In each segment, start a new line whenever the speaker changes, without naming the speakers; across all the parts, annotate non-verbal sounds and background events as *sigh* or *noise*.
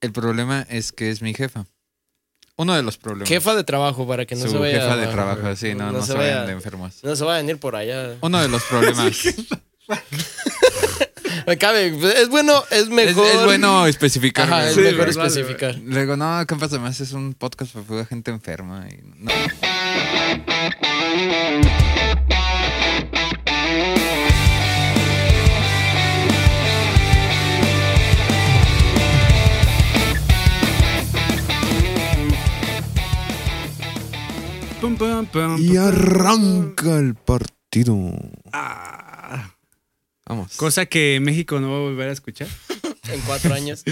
El problema es que es mi jefa. Uno de los problemas.
Jefa de trabajo, para que no
Su
se vaya.
jefa de trabajo, sí, no, no, se vayan de enfermos.
No se va a venir por allá.
Uno de los
*laughs*
problemas.
Me cabe, pues, es bueno, es
es,
mejor.
es bueno especificar.
Ajá, es
Sí,
mejor
güey.
vale,
especificar.
Luego, no, ¿qué pasa? Más es un podcast para pura gente enferma. y no.
Pum, pum, pum,
Y
pum,
arranca el partido.
ah.
Vamos.
Cosa que México no va a volver a escuchar *laughs*
En cuatro *laughs* años.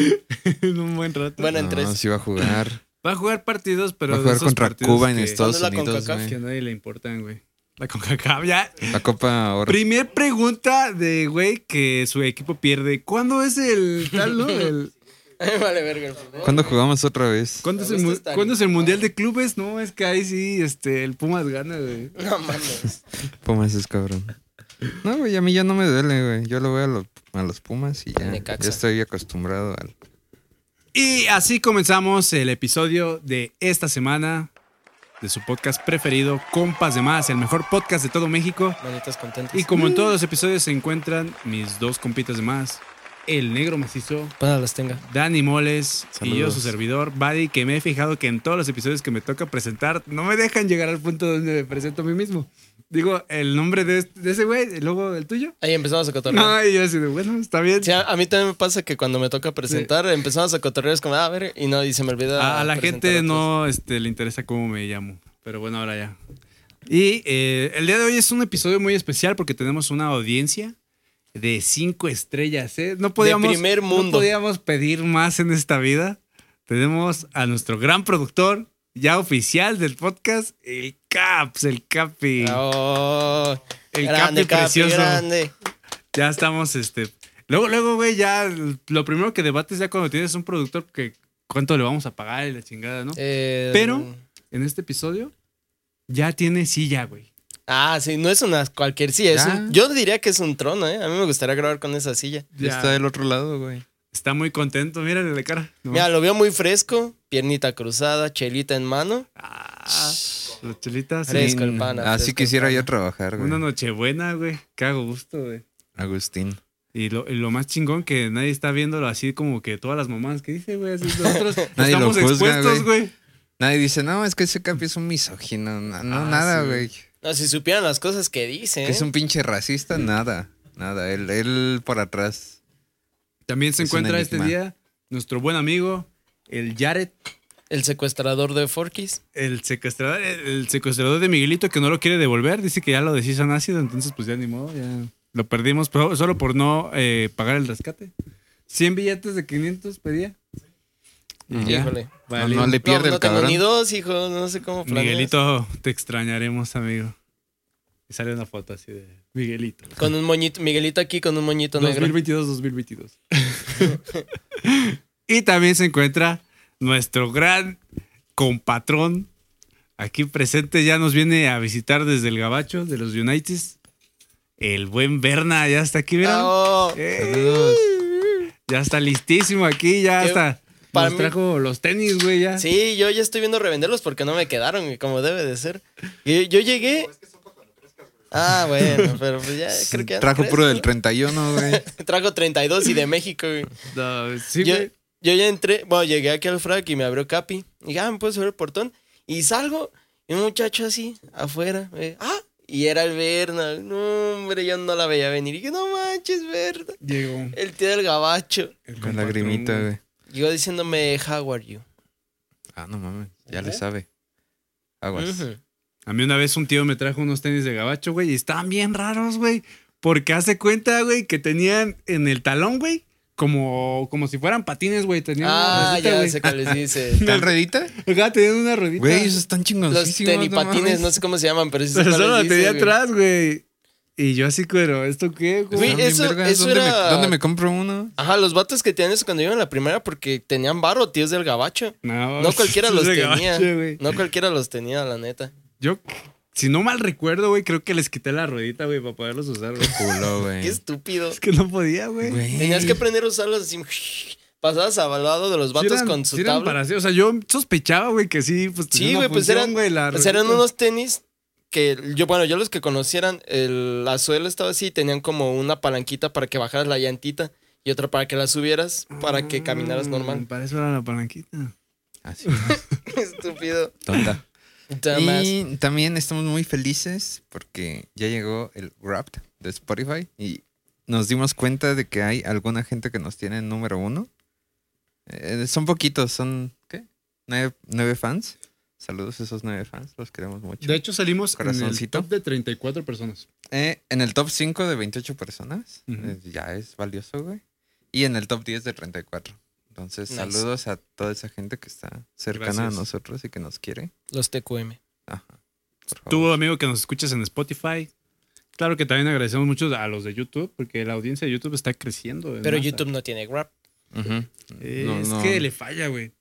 en un buen rato.
Bueno, en
No,
tres.
sí va a jugar.
Va a jugar partidos, pero.
va a
de
jugar
esos
contra
partidos
Cuba en
que-
Estados
¿Cuándo es la
Unidos,
CONCACAF?
Que a
güey.
nadie le importan, güey. La CONCACAF, ya.
La Copa ahora.
Primer pregunta de, güey, que su equipo pierde. ¿Cuándo es el tal,
*laughs*
no? El-
vale, verga. el fútbol.
¿Cuándo jugamos otra vez?
¿cuándo, es
No,
el,
esto
mu-
está
cuándo es el
bien.
Mundial de Clubes? No, es que ahí sí, este, el Pumas gana, güey.
No mames.
Pumas es cabrón. No, güey, a mí ya no me duele, güey. Yo lo voy a, los- a los Pumas y ya,
Necaxa.
ya estoy acostumbrado al.
Y así comenzamos el episodio de esta semana de su podcast preferido, Compas de Más, el mejor podcast de todo México.
Manitas contentas.
Y como en todos los episodios se encuentran mis dos compitas de más, el negro macizo,
Para las tenga.
Dani Moles y yo,
Saludos.
su servidor, Buddy, que me he fijado que en todos los episodios que me toca presentar no me dejan llegar al punto donde me presento a mí mismo. Digo, el nombre de, este- de ese güey, y luego el tuyo.
Ahí empezamos a cotorrear.
No, y yo así de, bueno, está bien.
Sí, a, a mí también me pasa que cuando me toca presentar, empezamos a cotorrear, es como, "Ah, a ver, y no, y se me olvida.
A, a la
presentar
gente
otros.
no este, le interesa cómo me llamo, pero bueno, ahora ya. Y eh, el día de hoy es un episodio muy especial porque tenemos una audiencia de cinco estrellas. ¿eh? No podíamos,
primer
no
mundo.
podíamos pedir más en esta vida. Tenemos a nuestro gran productor, ya oficial del podcast, el Caps, el Capi.
Oh,
El
grande,
Capi precioso.
grande.
Ya estamos, este. Luego, luego, güey, ya lo primero que debates ya cuando tienes un productor que cuánto le vamos a pagar y la chingada, ¿no?
Eh,
Pero- en este episodio ya tiene silla, güey.
Ah, sí, no es una cualquier silla. es
Ya.
un- yo diría que es un trono, ¿eh? A mí me gustaría grabar con esa silla.
Ya está del otro lado, güey.
Está muy contento, mírale la cara. ¿no?
Mira, lo veo muy fresco, piernita cruzada, chelita en mano.
Ah, las chelitas.
Ah, Sí.
sí.
Fresco el pana,
Así
fresco
ah, quisiera
el pana.
yo trabajar, güey.
Una nochebuena, güey. Qué hago gusto, güey.
Agustín.
Y lo, y lo más chingón que nadie está viéndolo así como que todas las mamás que dice, güey. Así
*laughs*
nosotros
Nadie lo
estamos
juzga,
expuestos,
güey.
güey.
Nadie dice, no, es que ese capi es un misógino. No, no,
Ah,
nada,
sí, güey.
güey.
No, si supieran las cosas que ¿eh? dicen.
Que es un pinche racista, nada. Nada. Él, él por atrás.
También se
Es un
encuentra este
enigma.
día nuestro buen amigo, el Jared,
El secuestrador de Forkis.
el secuestrador, el secuestrador de Miguelito que no lo quiere devolver, dice que ya lo deshizo en ácido, entonces pues ya ni modo, ya lo perdimos pero solo por no eh, pagar el rescate. 100 billetes de 500 pedía. Y ya.
Híjole.
No,
Valió.
no le pierde
no, no
el
tengo
cabrón.
ni dos, hijo, no sé cómo planeas.
Miguelito, te extrañaremos, amigo. Y sale una foto así de Miguelito.
Con un moñito, Miguelito aquí con un moñito negro.
2022-2022. *laughs* y también se encuentra nuestro gran compatrón aquí presente. Ya nos viene a visitar desde el Gabacho de los Uniteds. El buen Berna ya está aquí, ¿verdad?
Ah, oh.
Eh,
Saludos.
ya está listísimo aquí, ya
Qué-
está.
para
Nos
mí-
trajo los tenis, güey, ya.
Sí, yo ya estoy viendo revenderlos porque no me quedaron y como debe de ser. Y Yo, llegué. Ah, bueno, pero pues ya creo que ya no
Trajo
crezco.
puro del 31,
*laughs*
güey.
Trajo 32
*laughs*
y de México, güey.
No, sí,
yo,
güey.
yo ya entré, bueno, llegué aquí al frac y me abrió Capi. Y dije, ah, me puedo subir el portón. Y salgo, y un muchacho así, afuera, eh, ah, y era el Berna. No, hombre, yo no la veía venir. Y dije, no manches, Berna.
Llegó.
El tío del gabacho.
el
Con
compatrón,
lagrimita, güey.
Llegó diciéndome, how are you?
Ah, no mames. Ya
¿Eh?
le sabe.
Pues,
Aguas.
Ujú.
A mí una vez un tío me trajo unos tenis de gabacho, güey, y estaban bien raros, güey. Porque hace cuenta, güey, que tenían en el talón, güey, como, como si fueran patines, güey. Tenían
Ah,
una ruedita,
ya
pues, güey.
sé cuál les
*laughs*
dice.
¿Están redita?
Ajá, tenían una ruedita.
Güey, esos están
Los
chingoncísimos.
tenipatines, no sé cómo se llaman, pero sí sé
Pero
cuáles
solo la
dice,
tenía
güey.
atrás, güey. Y yo así, pero, ¿esto qué, güey?
Güey,
Están bien
eso-
vergas.
eso
¿Dónde,
era-
me, ¿Dónde me compro uno?
Ajá, los vatos que tenían eso cuando iban a la primera porque tenían barro, tíos del gabacho.
*laughs*
No cualquiera
es
los
de
tenía.
gabacho, güey.
No cualquiera los tenía, la neta.
Yo, si no mal recuerdo, güey, creo que les quité la ruedita, güey, para poderlos usar, güey. *laughs*
Culo,
*laughs* Qué
güey.
estúpido.
es que no podía, güey.
Güey.
Tenías que aprender a usarlos así. *laughs* Pasabas al lado de los
Sí
vatos
eran-
con su
sí eran
tabla.
para sí, O sea, yo sospechaba, güey, que sí, pues tenía
Sí,
una
güey, pues
función,
eran,
güey, la
pues eran
rolita.
unos tenis que yo, bueno, yo los que conocieran, el, la suela estaba así, tenían como una palanquita para que bajaras la llantita y otra para que la subieras para que caminaras
Ah,
normal.
Para eso era la palanquita.
Así es,
*laughs*
Mm.
Estúpido. *laughs*
tonta.
Dumbass.
y también estamos muy felices porque ya llegó el Wrapped de Spotify y nos dimos cuenta de que hay alguna gente que nos tiene en número uno. Eh, son poquitos, son, ¿qué? Nueve, nueve fans. Saludos a esos nueve fans, los queremos mucho.
De hecho, salimos en el
Corazoncito.
top de 34 personas.
Eh, en el top 5 de 28 personas,
Ujú.
eh, ya es valioso, güey. Y en el top 10 de 34. Entonces,
Nice.
saludos a toda esa gente que está cercana
Gracias.
a nosotros y que nos quiere.
Los TQM.
Ajá. Por favor.
Tú, amigo, que nos escuchas en Spotify. Claro que también agradecemos mucho a los de YouTube, porque la audiencia de YouTube está creciendo. en
Pero
masa.
YouTube no tiene grab.
Ujú.
Eh,
No,
es
no.
que le falla, güey.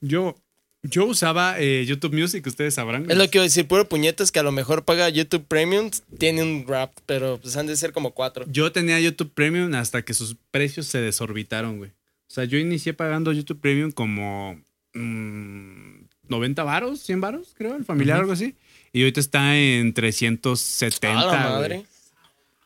Yo, yo usaba eh, YouTube Music, ustedes sabrán.
Es
güey.
lo que iba a decir, puro puñetas que a lo mejor paga YouTube Premium, tiene un grab, pero pues han de ser como cuatro.
Yo tenía YouTube Premium hasta que sus precios se desorbitaron, güey. O sea, yo inicié pagando YouTube Premium como mm, 90 varos, 100 varos, creo, el familiar, algo así. Y ahorita está en 370.
A la
güey.
madre. No,
Es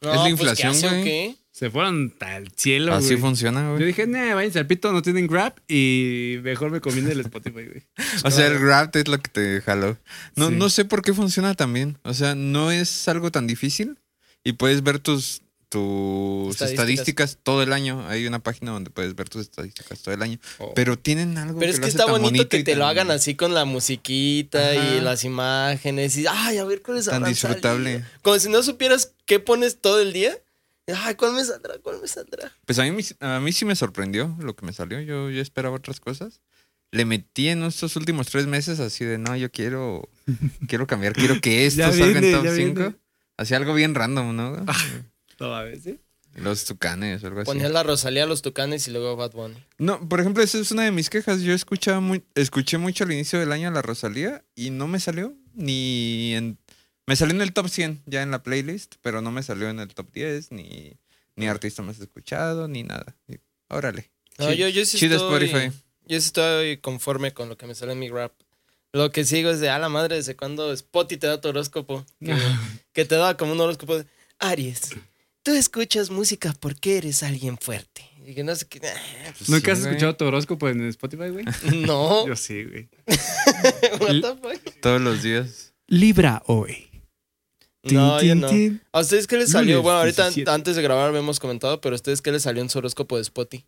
la
pues, ¿qué
inflación,
hace o
güey.
qué?
Se fueron al cielo,
Así
güey.
funciona,
Yo
güey.
dije, nah, váyanse al pito, no tienen Grab y mejor me conviene el
*laughs*
Spotify, güey.
O sea, el Grabbed es lo que te jaló. No,
Sí.
no sé por qué funciona tan bien. O sea, no es algo tan difícil y puedes ver tus tus
Estadísticas.
estadísticas. todo el año. Hay una página donde puedes ver tus estadísticas todo el año.
Oh.
Pero tienen algo
Pero es
lo
que
hace
está
tan
bonito, que
y
te lo
tan-
hagan así con la musiquita y
Ajá.
las imágenes y ay, a ver cuál es
Tan disfrutable.
Como si no supieras qué pones todo el día. Ay, ¿cuál me saldrá? ¿Cuál me saldrá?
Pues a mí, mis- a mí sí me sorprendió lo que me salió. Yo, yo esperaba otras cosas. Le metí en estos últimos tres meses así de, no, yo
*laughs*
quiero, quiero cambiar, quiero que esto
Ya
salga
viene,
en top
ya
5.
viene. Ah.
Hacía algo bien random, ¿no?
No, a ver, ¿sí?
Los tucanes o algo así.
Poner la Rosalía, los tucanes y luego Bad Bunny.
No, por ejemplo, esa es una de mis quejas. Yo escuchaba mu- escuché mucho al inicio del año a la Rosalía y no me salió ni en... Me salió en el top 100 ya en la playlist, pero no me salió en el top 10, ni, ni artista más escuchado, ni nada. Y- órale.
No,
Sí.
yo, yo sí
Chido
estoy.
Spotify.
Yo sí estoy conforme con lo que me sale en mi rap. Lo que sigo es de a la madre, desde cuando Spotty te da tu horóscopo. Que,
Ah,
que te da como un horóscopo de Aries. Tú escuchas música porque eres alguien fuerte. Y que no sé qué. *laughs* Pues
¿Nunca
Sí,
has
güey.
escuchado tu horóscopo en Spotify, güey?
*laughs*
No.
Yo sí, güey.
*laughs* What the fuck?
Todos los días.
Libra hoy.
No, yo no. ¿A ustedes qué les salió?
Lunes
Bueno, ahorita
17.
antes de grabar habíamos comentado, pero ¿a ustedes qué les salió en su horóscopo de Spotty?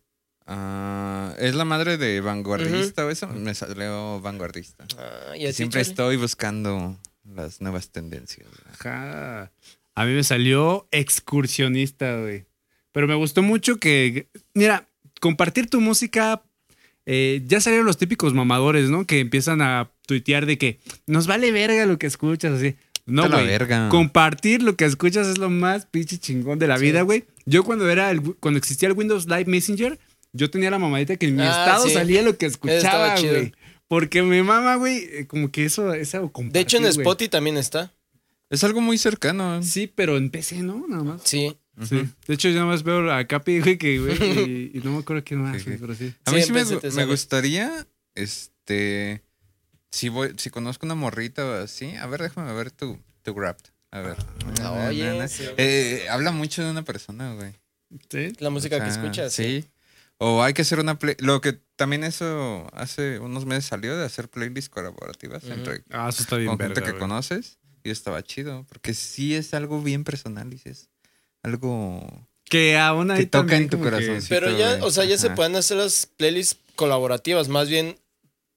Ah, es la madre de vanguardista o eso. Me salió vanguardista.
Ah,
Y Siempre estoy buscando las nuevas tendencias.
Ajá. A mí me salió excursionista, güey. Pero me gustó mucho que, mira, compartir tu música. eh, ya salieron los típicos mamadores, ¿no? Que empiezan a tuitear de que nos vale verga lo que escuchas, así. No,
Vete a la
güey.
verga.
Compartir lo que escuchas es lo más pinche chingón de la
Sí.
vida, güey. Yo cuando era el, cuando existía el Windows Live Messenger, yo tenía la mamadita que en mi
Ah,
estado
sí.
salía lo que escuchaba,
Estaba chido.
güey. Porque me mama, güey, eh, como que eso, esa compartir,
De hecho, en
güey.
Spotty también está.
Es algo muy cercano.
Sí, pero en PC, ¿no? Nada más.
Sí.
Sí. De hecho, yo nada más veo a Capi, güey, que, *laughs* güey, y, y no me acuerdo quién más,
Sí, sí.
güey, pero sí.
A mí sí,
Siempre
me,
se te
gu- me
sale.
gustaría, este, si voy, si conozco una morrita o así, a ver, déjame ver tu, tu Wrapped. A ver. Na, na,
Ah, oye,
na, na.
sí.
Eh, habla mucho de una persona, güey.
¿Sí?
La música
O sea,
que escuchas.
Sí. O hay que hacer una play. Lo que también eso hace unos meses salió de hacer playlists colaborativas
Ujú.
entre
Ah, eso está bien,
con gente
verga,
que
güey.
conoces. Y estaba chido, porque sí es algo bien personal, dices. Algo
Que aún ahí
que toca
también
en tu
como que-
corazón.
Pero ya, o sea, ya se pueden hacer las playlists colaborativas. Más bien,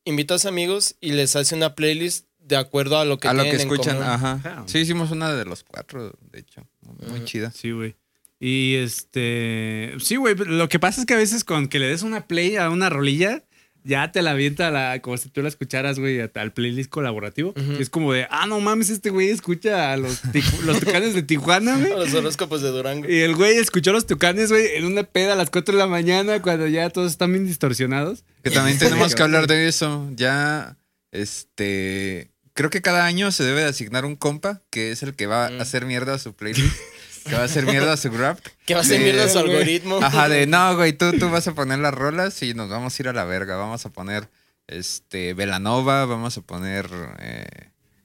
invitas amigos y les hace una playlist de acuerdo a lo que
a lo que
tienen en
escuchan,
común.
ajá.
Ajá.
Sí, hicimos una de los cuatro, de hecho. Muy
Ujú. *laughs*
chida.
Sí, güey. Y este. Sí, güey. Lo que pasa es que a veces con que le des una play a una rolilla, ya te la avienta la, como si tú la escucharas, güey, a- al playlist colaborativo.
Ujú.
Y es como de, ah, no mames, este güey escucha a los, ticu- *laughs* los tucanes de Tijuana, güey.
Los horóscopos de Durango.
Y el güey escuchó a los tucanes, güey, en una peda a las 4 de la mañana, cuando ya todos están bien distorsionados.
Que también tenemos que hablar de eso. Ya, este. Creo que cada año se debe de asignar un compa que es el que va
Mm.
a hacer mierda a su playlist. que va a hacer mierda a su grab.
Que va a ser
Sí. *laughs*
mierda su algoritmo.
Ajá, de no, güey, tú, tú vas a poner las rolas y nos vamos a ir a la verga. Vamos a poner este Velanova, vamos a poner eh,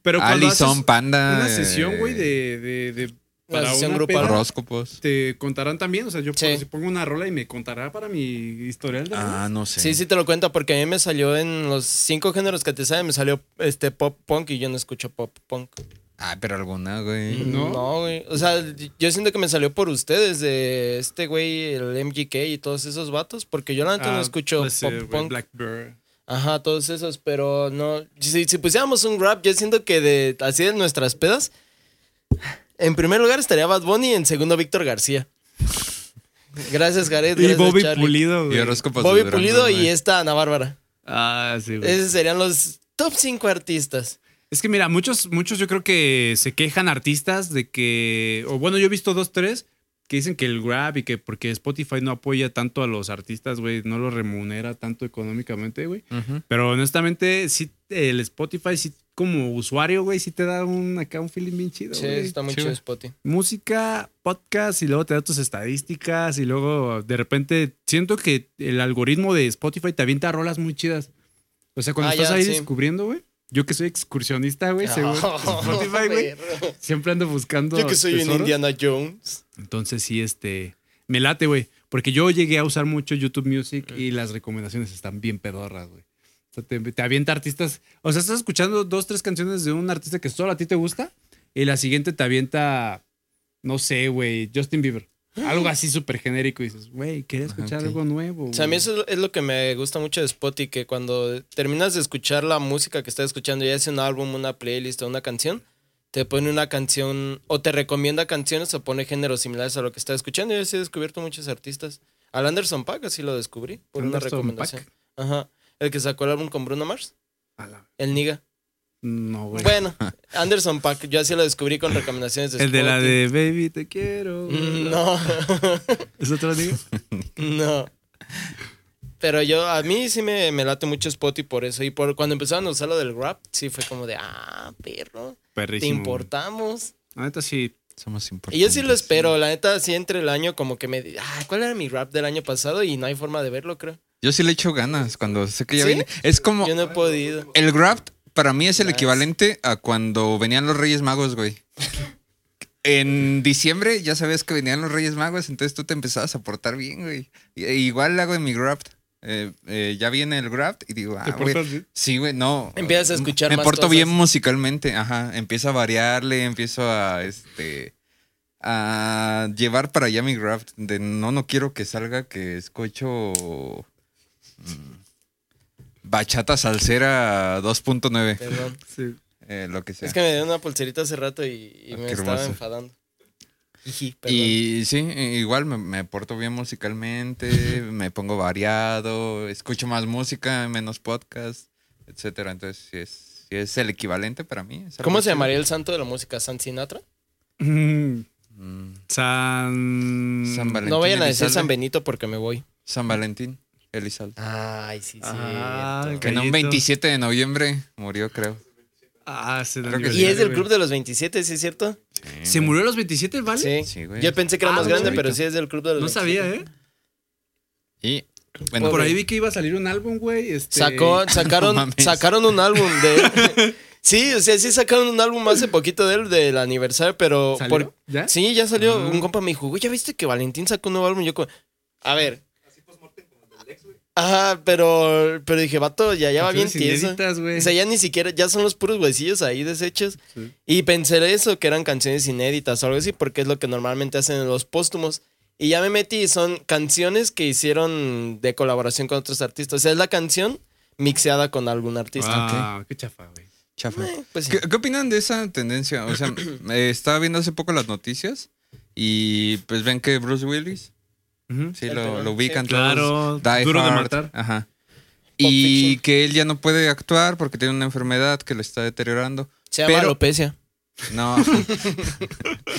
Pero cuando
Alison
haces
Panda.
una sesión,
eh,
güey, de, de, de- para
sesión
una
grupal.
peda,
Horóscopos.
te contarán también. O sea, yo
Sí.
por- si pongo una rola y me contará para mi historial de
Ah, no sé.
Sí, sí te lo cuento porque a mí me salió en los cinco géneros que te saben, me salió este pop punk y yo no escucho pop punk.
Ah, pero alguna, güey.
¿No?
güey. O sea, yo siento que me salió por ustedes de este güey, el MGK y todos esos vatos, porque yo la neta no
Ah,
escucho
pues, eh,
pop
güey,
punk.
Blackbird.
Ajá, todos esos, pero no. Si, si pusiéramos un rap, yo siento que de así de nuestras pedas, en primer lugar estaría Bad Bunny y en segundo Víctor García. Gracias, Gareth.
Y
gracias,
Bobby
Charlie.
Pulido,
Y
güey.
horóscopos de
Bobby
Durango,
Pulido y
güey.
esta Ana Bárbara.
Ah, sí, güey.
Esos serían los top 5 artistas.
Es que mira, muchos, muchos yo creo que se quejan artistas de que, o bueno, yo he visto dos, tres que dicen que el grab y que porque Spotify no apoya tanto a los artistas, güey, no los remunera tanto económicamente, güey.
Ujú.
Pero honestamente, sí, el Spotify, sí, como usuario, güey, sí te da un, acá un feeling bien chido,
Sí,
güey.
está muy
sí,
chido
güey.
Spotty.
Música, podcast y luego te da tus estadísticas y luego de repente siento que el algoritmo de Spotify te avienta rolas muy chidas. O sea, cuando
Ah,
estás
ya,
ahí
sí.
descubriendo, güey. Yo que soy
*laughs*
excursionista, güey, seguro. Spotify, güey.
perro.
Siempre ando buscando.
Yo que soy un
tesoros.
Indiana Jones.
Entonces sí, este. Me late, güey. Porque yo llegué a usar mucho YouTube Music y las recomendaciones están bien pedorras, güey. O sea, te, te avienta artistas. O sea, estás escuchando dos, tres canciones de un artista que solo a ti te gusta y la siguiente te avienta, no sé, güey, Justin Bieber. Algo así súper genérico y dices, güey, quería escuchar
ok.
algo nuevo.
O sea, a mí
güey".
eso es lo que me gusta mucho de Spotty, que cuando terminas de escuchar la música que estás escuchando, ya sea un álbum, una playlist o una canción, te pone una canción o te recomienda canciones o pone géneros similares a lo que estás escuchando. Yo sí he descubierto muchos artistas. Al Anderson Paak así lo descubrí por una
Anderson
recomendación. Ajá. El que sacó el álbum con Bruno Mars,
A la-
el Niga.
No, güey.
Bueno, Anderson Paak, yo así lo descubrí con recomendaciones de
El de la
Spotify. Mm,
de Baby, te quiero.
No, *laughs*
¿Es otro amigo?
no. Pero yo, a mí sí me, me late mucho Spotty por eso. Y por cuando empezaron a usar lo del rap, sí fue como de, ah, perro, te
Perrísimo.
importamos.
La neta sí.
Somos importantes.
Y yo sí lo espero, la neta, sí entre el año como que me, di- ah, ¿cuál era mi rap del año pasado? Y no hay forma de verlo, creo.
Yo sí le echo ganas cuando sé que ya
¿Sí?
viene. Es como
Yo no he podido.
el Graft para mí es el
Nice.
equivalente a cuando venían los Reyes Magos, güey. En diciembre ya sabías que venían los Reyes Magos, entonces tú te empezabas a portar bien, güey. Y- e Igual hago en mi Graft. Eh, eh, ya viene el Graft y digo, ah,
¿Te
güey.
portas bien?
Sí, güey, no.
Empiezas a escuchar
Me
más
porto
cosas.
bien musicalmente, ajá. Empiezo a variarle, empiezo a este a llevar para allá mi graft. De no, no quiero que salga que escucho mm, bachata salsera 2.9,
Perdón.
Sí.
eh, lo que sea.
Es que me dio una pulserita hace rato y, y
Ah,
me
qué
estaba
hermoso.
enfadando. Jiji, perdón.
y sí, eh, igual me, me porto bien musicalmente, me pongo variado, escucho más música, menos podcast, etcétera. Entonces, sí es, sí es el equivalente para mí. es algo
¿Cómo se
chido.
llamaría el santo de la música? ¿San Sinatra?
*laughs* Mm.
Mm.
San.
San Valentín.
No vayan a decir
Elizalde.
San Benito porque me voy.
San Valentín, Elizalde.
Ay, sí, sí.
Ah,
Que en un
Gallito.
27 de noviembre murió, creo.
Ah, se Eh,
Creo que
Y es del club de los 27, ¿sí es cierto?
¿Se murió a los 27, el ¿vale?
Sí.
Sí, güey.
Yo pensé que era
Ah,
más
no
grande,
sabía.
pero sí es del club de los
No sabía,
27.
¿eh?
Y bueno,
Por ahí vi que iba a salir un álbum, güey. Este... *laughs*
Sacó, sacaron,
No mames.
sacaron un álbum de... sí, o sea, sí sacaron un álbum hace poquito de él, del aniversario, pero...
¿Salió?
por-
¿Ya?
Sí, ya salió.
Ah.
Un compa me dijo, güey, ¿ya viste que Valentín sacó un nuevo álbum? Yo como, a ver... Ajá, pero, pero dije, vato, ya, ya va bien
Canciones
tieso.
inéditas, güey.
O sea, ya ni siquiera, ya son los puros huesillos ahí deshechos.
Sí.
Y pensé eso, que eran canciones inéditas o algo así, porque es lo que normalmente hacen en los póstumos. Y ya me metí, y son canciones que hicieron de colaboración con otros artistas. O sea, es la canción mixeada con algún artista.
Ah, qué chafa, güey.
chafa.
Eh, pues sí.
¿Qué, qué opinan de esa tendencia? O sea, *clears throat* eh, estaba viendo hace poco las noticias y pues ven que Bruce Willis,
Ujú.
sí,
El
lo,
pelón,
lo
sí.
ubican
Claro,
todos. Die
duro de
Hard,
matar.
Ajá.
Pulp
Y
Fiction.
que él ya no puede actuar porque tiene una enfermedad que lo está deteriorando.
Se llama
pero- *laughs*
alopecia.
No.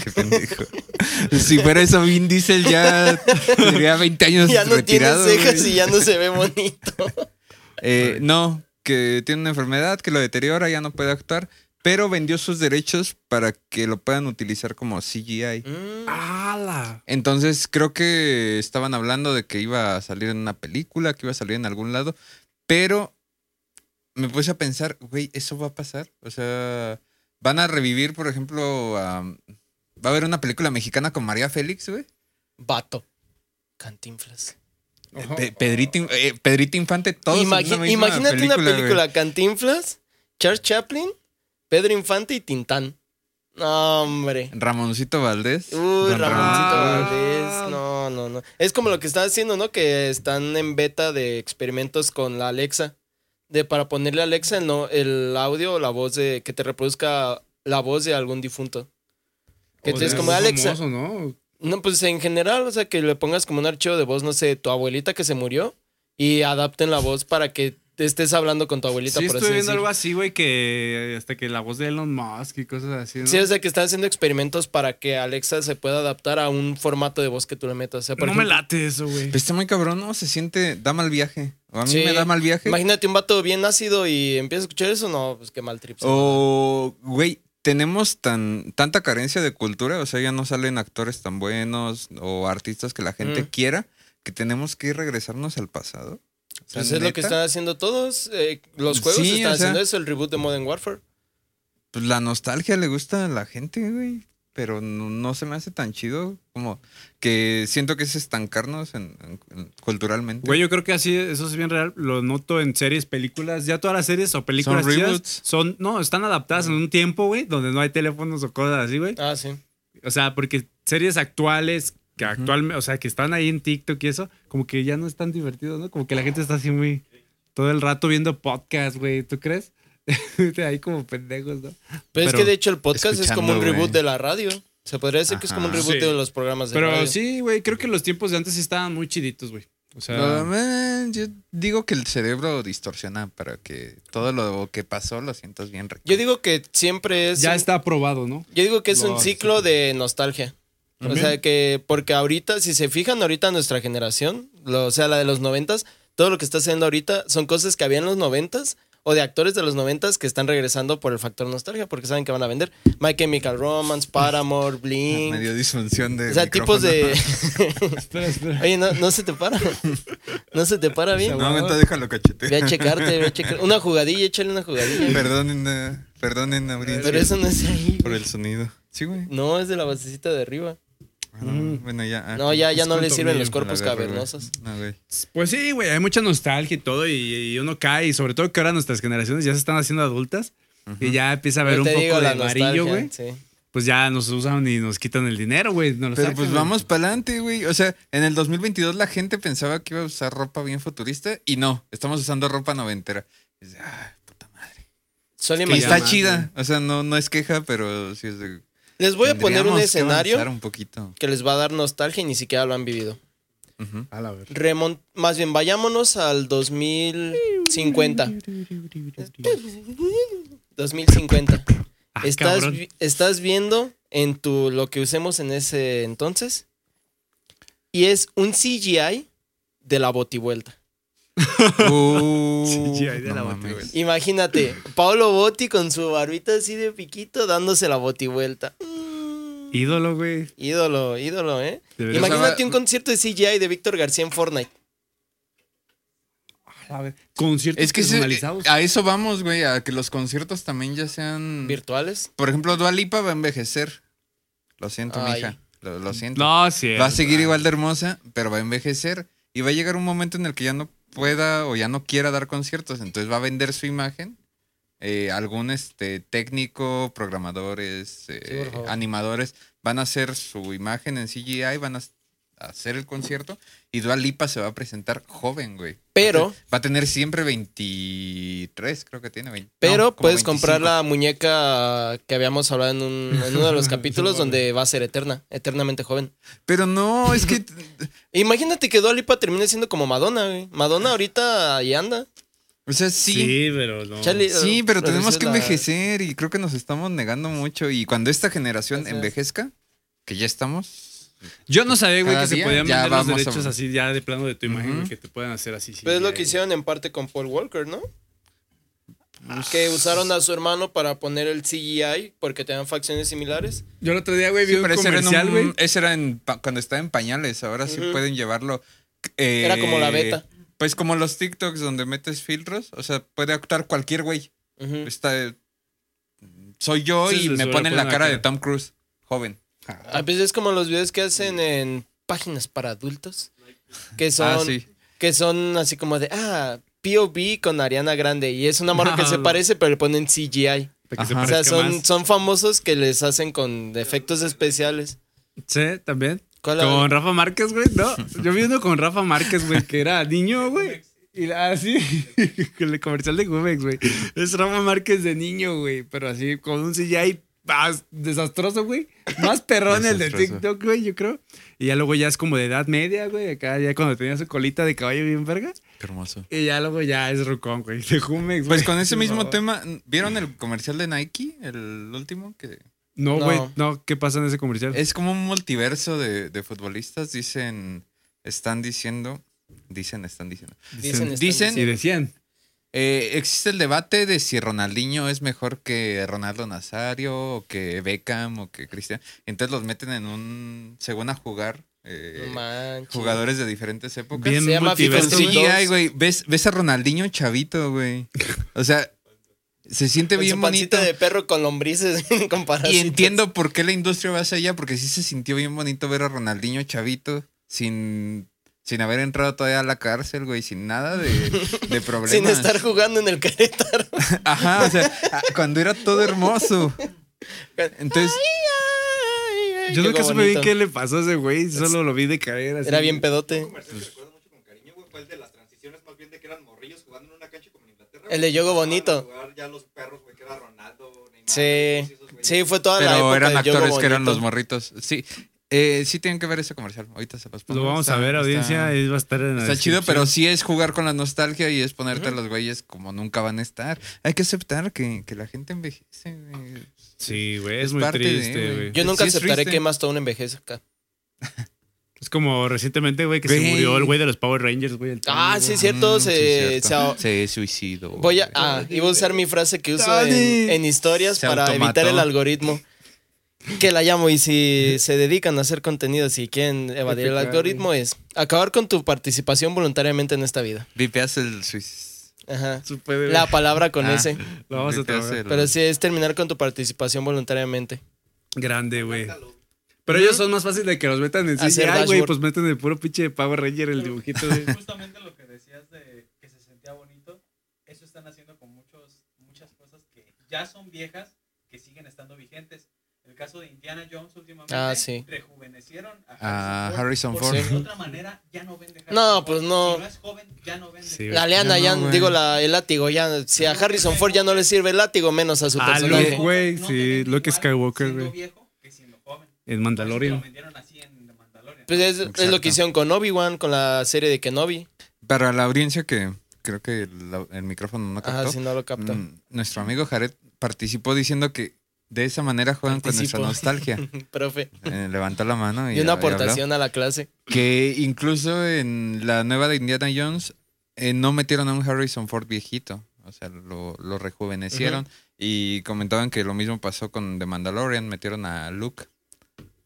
Qué pendejo. Si fuera eso, Vin Diesel ya tendría 20 años
Ya no tiene
pues retirado.
cejas
güey.
y ya no se
*laughs*
ve bonito.
Eh, no, que tiene una enfermedad que lo deteriora, ya no puede actuar. pero vendió sus derechos para que lo puedan utilizar como CGI.
Mm.
¡Hala!
Entonces creo que estaban hablando de que iba a salir en una película, que iba a salir en algún lado, pero me puse a pensar, güey, ¿eso va a pasar? O sea, ¿van a revivir, por ejemplo, a- va a haber una película mexicana con María Félix, güey?
Vato. Cantinflas.
Eh, Pe- Pedrito, In- eh, Pedrito Infante, todos en
Imagi-
una misma
imagínate una
güey.
película Cantinflas, Charles Chaplin, Pedro Infante y Tintán. No, hombre.
Ramoncito Valdés.
Uy,
Don
Ramoncito
Ramón.
Valdés. No, no, no. Es como lo que están haciendo, ¿no? Que están en beta de experimentos con la Alexa. De para ponerle a Alexa el, no- el audio o la voz de. que te reproduzca la voz de algún difunto. Que
O
tú es
sea,
como
es
Alexa.
famoso, ¿no?
No, pues en general, o sea, que le pongas como un archivo de voz, no sé, tu abuelita que se murió y adapten la voz para que te estés hablando con tu abuelita,
Sí,
por
estoy
así
viendo
decirlo.
algo así, güey, que hasta que la voz de Elon Musk y cosas así, ¿no?
Sí, o sea, que están haciendo experimentos para que Alexa se pueda adaptar a un formato de voz que tú le metas. O sea, por
no me
ejemplo,
late eso, güey.
Pues está muy cabrón, ¿no? Se siente, da mal viaje. O a mí
Sí.
me da mal viaje.
Imagínate un vato bien ácido y empieza a escuchar eso, no, pues qué mal trip.
Oh,
se va a dar.
O, güey, tenemos tan, tanta carencia de cultura, o sea, ya no salen actores tan buenos o artistas que la gente
Mm.
quiera, que tenemos que regresarnos al pasado. O sea,
Pues es lo que
neta,
están haciendo todos. eh, los juegos
Sí,
están
o sea-
haciendo eso, el reboot de Modern Warfare.
pues, la nostalgia le gusta a la gente, güey. Pero no, no se me hace tan chido como que siento que es estancarnos en, en- en- culturalmente.
Güey, yo creo que así, eso es bien real. Lo noto en series, películas. Ya todas las series o películas
Son
chidas
reboots.
son, no, están adaptadas en un tiempo, güey, donde no hay teléfonos o cosas así, güey.
Ah, sí.
O sea, porque series actuales que actualmente, o sea, que están ahí en TikTok y eso, como que ya no es tan divertido, ¿no? Como que la gente está así muy todo el rato viendo podcast, güey, ¿tú crees? *laughs* ahí como pendejos, ¿no?
Pero, es
Pero
que de hecho el podcast es como un
escuchando,
reboot
güey.
de la radio. Se podría decir que es como un
Ajá.
reboot
Sí.
de los programas de
Pero
radio.
sí, güey, creo que los tiempos de antes sí estaban muy chiditos, güey. O sea,
No, man, yo digo que el cerebro distorsiona para que todo lo que pasó lo sientas bien rico.
Yo digo que siempre es.
ya
un-
está
*laughs*
aprobado, ¿no?
Yo digo que es
No,
un ciclo de nostalgia. O sea que, porque ahorita, si se fijan ahorita nuestra generación, lo- o sea, la de los noventas, todo lo que está haciendo ahorita son cosas que había en los noventas o de actores de los noventas que están regresando por el factor nostalgia porque saben que van a vender. My Chemical Romance, Paramore, Blink.
Medio disfunción de.
O sea,
*laughs*
tipos de...
Espera, espera.
Oye, no, no se te para. No se te para bien.
No, aguanta, déjalo
Ve
cachetear.
a checarte, ve a checar. Una jugadilla, échale una jugadilla.
Perdonen, eh, perdonen, audiencia,
Pero eso no es ahí.
Por el sonido. Sí, güey.
No, es de la basecita de arriba.
Ah, no, Bueno, ya. ah,
Mm. No, ya, ya
Es
no le
punto
sirven
mío,
los
la
cuerpos
agarro, güey.
cavernosos.
No, güey.
Pues sí, güey, hay mucha nostalgia y todo, y, y uno cae, y sobre todo que ahora nuestras generaciones ya se están haciendo adultas, y ya empieza a haber
Yo
un
te
poco
digo,
de
la
amarillo,
nostalgia,
güey.
sí.
Pues ya nos usan y nos quitan el dinero, güey. no lo
Pero
sacan,
pues
güey.
vamos para adelante, güey. O sea, en el 2022 la gente pensaba que iba a usar ropa bien futurista y no, estamos usando ropa noventera. Y dice, ah, puta madre.
Solo
Y está
imagina-
llaman,
chida. O sea, no, no es queja, pero sí es de.
Les voy a poner
tendríamos
un
que
escenario
avanzar un poquito.
que les va a dar nostalgia y ni siquiera lo han vivido.
Ujú.
A la ver.
Remon- más bien, vayámonos al 2050. 2050.
Ah,
estás,
cabrón.
vi- estás viendo en tu lo que usemos en ese entonces. Y es un CGI de la botivuelta.
*laughs* Uh,
Sí, sí, ahí de
no
la
mames.
botivuelta.
Imagínate, Paolo Botti con su barbita así de piquito dándose la botivuelta. Mm.
Ídolo, güey.
Ídolo, ídolo, ¿eh?
De verdad.
Imagínate un concierto de CGI de Víctor García en Fortnite.
A ver, conciertos
Es que ah, ese-
personalizados.
a eso vamos, güey, a que los conciertos también ya sean.
¿Virtuales?
Por ejemplo, Dua Lipa va a envejecer. Lo siento,
Ay.
mija. Lo, lo siento.
no, sí.
va a seguir igual de hermosa, pero va a envejecer. Y va a llegar un momento en el que ya no pueda o ya no quiera dar conciertos. Entonces va a vender su imagen. eh, algún este, técnico, programadores, eh,
Sí, por favor.
animadores van a hacer su imagen en CGI, van a s- a hacer el concierto. Y Dua Lipa se va a presentar joven, güey.
Pero,
Va a tener siempre 23, creo que tiene. 20,
pero
no, como
puedes comprar
25.
la muñeca que habíamos hablado en, un- en uno
*laughs*
de los capítulos donde va a ser eterna, eternamente joven.
Pero no, es que.
Imagínate que Dua Lipa termine siendo como Madonna, güey. Madonna ahorita ahí anda.
O sea, sí.
pero no.
Charlie,
Sí, pero
eh,
tenemos
reduce
que
la-
envejecer y creo que nos estamos negando mucho. Y cuando esta generación
Así es.
envejezca, que ya estamos.
Yo no sabía, güey,
Cada
que se
día
podían
ya
vender los
vamos a-
derechos así ya de plano de tu imagen,
Ujú.
güey, que te puedan hacer así.
Pues es
sí,
lo
ya,
que hicieron en parte con Paul Walker, ¿no?
Pues
Que usaron a su hermano para poner el CGI porque tenían facciones similares.
Yo el otro día, güey, vi un
pero ese era, en
comercial,
un-
güey.
ese era en pa- cuando estaba en pañales. Ahora sí
Ujú.
pueden llevarlo. eh,
Era como la beta.
Pues como los TikToks donde metes filtros. O sea, puede actuar cualquier güey.
Ujú.
Está, soy yo
Sí,
y
se- se
me
le
ponen la
ponen la
cara de
cara.
Tom Cruise, joven.
A veces Ah, pues es como los videos que hacen en páginas para adultos. Que son,
Ah, sí.
que son así como de, ah, POV con Ariana Grande. Y es una morra
*laughs*
que se
Ah.
parece, pero le ponen CGI.
Para que se
Ajá.
O sea,
parezca
son,
más.
son famosos que les hacen con efectos especiales.
Sí, también.
¿Cuál
Con Rafa Márquez, güey. No, yo vi uno con Rafa Márquez, güey, que era niño, güey. Y la- así, *laughs* con el comercial de Jumex, güey. Es Rafa Márquez de niño, güey. Pero así, con un CGI más desastroso, güey. Más perrón el de
Desastroso.
TikTok, güey, yo creo. Y ya luego ya es como de edad media, güey. Acá ya cuando tenía su colita de caballo bien verga.
Qué hermoso.
Y ya luego ya es Rucón, güey. De Jumex, güey.
Pues con ese
No.
mismo tema, ¿vieron el comercial de Nike? El último que
No, güey.
No.
No, ¿qué pasa en ese comercial?
es como un multiverso de, de futbolistas. Dicen, están diciendo, dicen, están diciendo.
Dicen,
dicen-
Y decían.
Eh, existe el debate de si Ronaldinho es mejor que Ronaldo Nazario o que Beckham o que Cristian. Entonces los meten en un, se van a jugar eh,
No manches.
jugadores de diferentes épocas.
Bien
Se llama
multiverso,
FIFA
Sí,
güey.
Entonces-
ay, güey. ¿Ves, ves a Ronaldinho chavito, güey. O sea, se siente
Con
bien
su pancita
bonito.
de perro con lombrices *laughs* en
Y entiendo por qué la industria va hacia allá, porque sí se sintió bien bonito ver a Ronaldinho chavito sin, sin haber entrado todavía a la cárcel, güey, sin nada de,
*laughs*
de problemas.
Sin estar jugando en el Querétaro.
Ajá, o sea, a- cuando era todo hermoso. Entonces,
Yo
Llegó
nunca supe bien
bonito.
qué le pasó a ese güey, solo lo vi de caer así.
Era bien pedote.
pues,
cariño, güey, fue el de las transiciones, más bien de que eran morrillos jugando en una cancha como en Inglaterra.
El de
güey,
Yogo
que empezaban
Bonito.
a jugar Ya los perros, güey, que era Ronaldo, Neymar, todos
Sí.
esos güeyes.
Sí, fue toda la
pero
época
eran
de Yogo
actores que eran los
Bonito.
morritos. Sí, eh, sí tienen que ver ese comercial. Ahorita se los pongo.
Lo vamos
Está-
a ver,
está-
audiencia. y va a estar en la
Está chido,
descripción.
pero sí es jugar con la nostalgia y es ponerte a los güeyes como nunca van a estar. Hay que aceptar que, que la gente envejece. güey.
Sí, güey, es,
es
muy
parte de,
triste,
güey.
güey.
Yo nunca
Sí, es
aceptaré
triste.
que más todo envejezca.
Es como recientemente, güey, que se
Güey.
murió el güey de los Power Rangers, güey. el Tony,
Ah,
güey.
sí, es cierto.
Mm, sí,
se,
cierto.
se a-
Se suicidó.
voy a,
güey.
ah, iba a usar mi frase que uso
Tony.
en, en historias
Se
para
automató.
evitar el algoritmo. Que la llamo y si se dedican a hacer contenido, si quieren evadir el
Efectivamente.
algoritmo, es acabar con tu participación voluntariamente en esta vida.
Vipeas el suicidio.
Ajá.
Su puede, güey.
La palabra con
Ah.
ese.
Lo vamos a
Vipeas
trabajar.
el-
Pero sí es terminar con tu participación voluntariamente.
Grande, güey. Pero ellos son más fáciles de que los metan en sí.
Hacer
Ay, güey,
dashboard.
pues meten el puro pinche Power Ranger el dibujito, güey.
*laughs*
justamente lo que decías de que se sentía bonito, eso están haciendo con muchos, muchas cosas que ya son viejas, que siguen estando vigentes. El caso de Indiana Jones últimamente
Ah, sí.
rejuvenecieron
Ah,
a Harrison
Harrison
Ford. porque
Ford.
De otra manera, ya no vende Harrison
No,
Ford.
pues no.
Si no es joven, ya no vende.
Sí, güey.
La leana
Ya
ya,
no, güey.
digo, la, el látigo ya. Si a Harrison Ford ya no le sirve el látigo, menos a su
Ah,
personaje.
Luke, güey, sí,
vende
Luke
igual
Skywalker,
siendo
güey.
viejo que siendo joven.
En
Por eso te Lo
Mandalorian.
vendieron así en The Mandalorian.
Pues es, es lo
Exacto.
que hicieron con Obi-Wan, con la serie de Kenobi.
Para la audiencia que creo que el, el micrófono no captó.
Ajá, si no lo captó.
mm, nuestro amigo Jared participó diciendo que de esa manera juegan con
Participó.
nuestra
*laughs*
nostalgia.
*laughs* Profe.
Eh, levantó la mano y,
Y una
habló.
aportación a la clase.
Que incluso en la nueva de Indiana Jones eh, no metieron a un Harrison Ford viejito. O sea, lo, lo rejuvenecieron. Y comentaban que lo mismo pasó con The Mandalorian. Metieron a Luke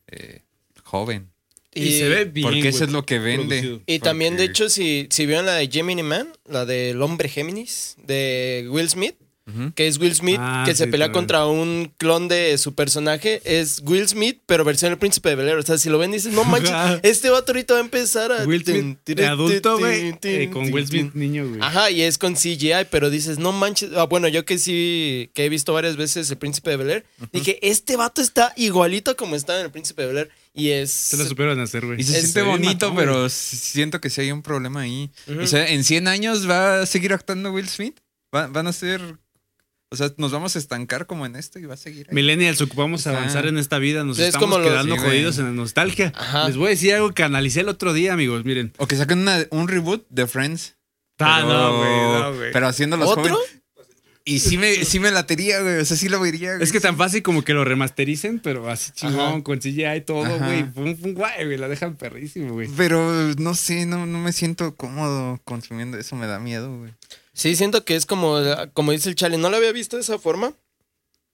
eh, joven.
Y, se ve bien.
porque eso
güey.
es lo que vende.
producido.
Y también, de
Porque-
hecho, si, si vieron la de Gemini Man, la del hombre Géminis, de Will Smith,
Ujú.
que es Will Smith
Ah,
que se
sí,
pelea
también.
contra un clon de su personaje, es Will Smith, pero versión del príncipe de Bel Air. O sea, si lo ven, dices, no
*laughs*
manches, este vato ahorita va a empezar a.
Will Smith,
Tin,
de
tin,
adulto,
tin,
güey.
tin,
eh, con
tin,
Will Smith,
tin.
niño,
Ah,
güey.
Ajá, y es con CGI, pero dices, no manches. Ah, bueno, yo que sí, que he visto varias veces El Príncipe de Bel Air, dije, este vato está igualito como está en El Príncipe de Bel Air. Y es.
Se lo supieron hacer, güey.
Y se
Es-
siente
sí,
bonito,
matón,
pero s- siento que sí hay un problema ahí.
Ujú.
O sea, en 100 años va a seguir actuando Will Smith. Va- van a ser. O sea, nos vamos a estancar como en esto y va a seguir. ahí.
Millennials, ocupamos
Ajá.
avanzar en esta vida. Nos
Es
estamos
como los-
quedando
Sí, güey.
jodidos en la nostalgia.
Ajá.
Les voy a decir algo que analicé el otro día, amigos. Miren.
O que saquen una- un reboot de Friends.
Ah,
Pero-
no, güey, no, güey.
Pero haciendo los
¿Otro?
Y sí me, sí me latería, güey. O sea, sí lo vería, güey.
Es que tan fácil como que lo remastericen, pero así chingón,
Ajá.
con CGI y todo,
Ajá.
güey. Fum, fum, guay, güey. La dejan perrísimo, güey.
Pero no sé, no, no me siento cómodo consumiendo eso. Me da miedo, güey.
Sí, siento que es como, como dice el Chale, no lo había visto de esa forma,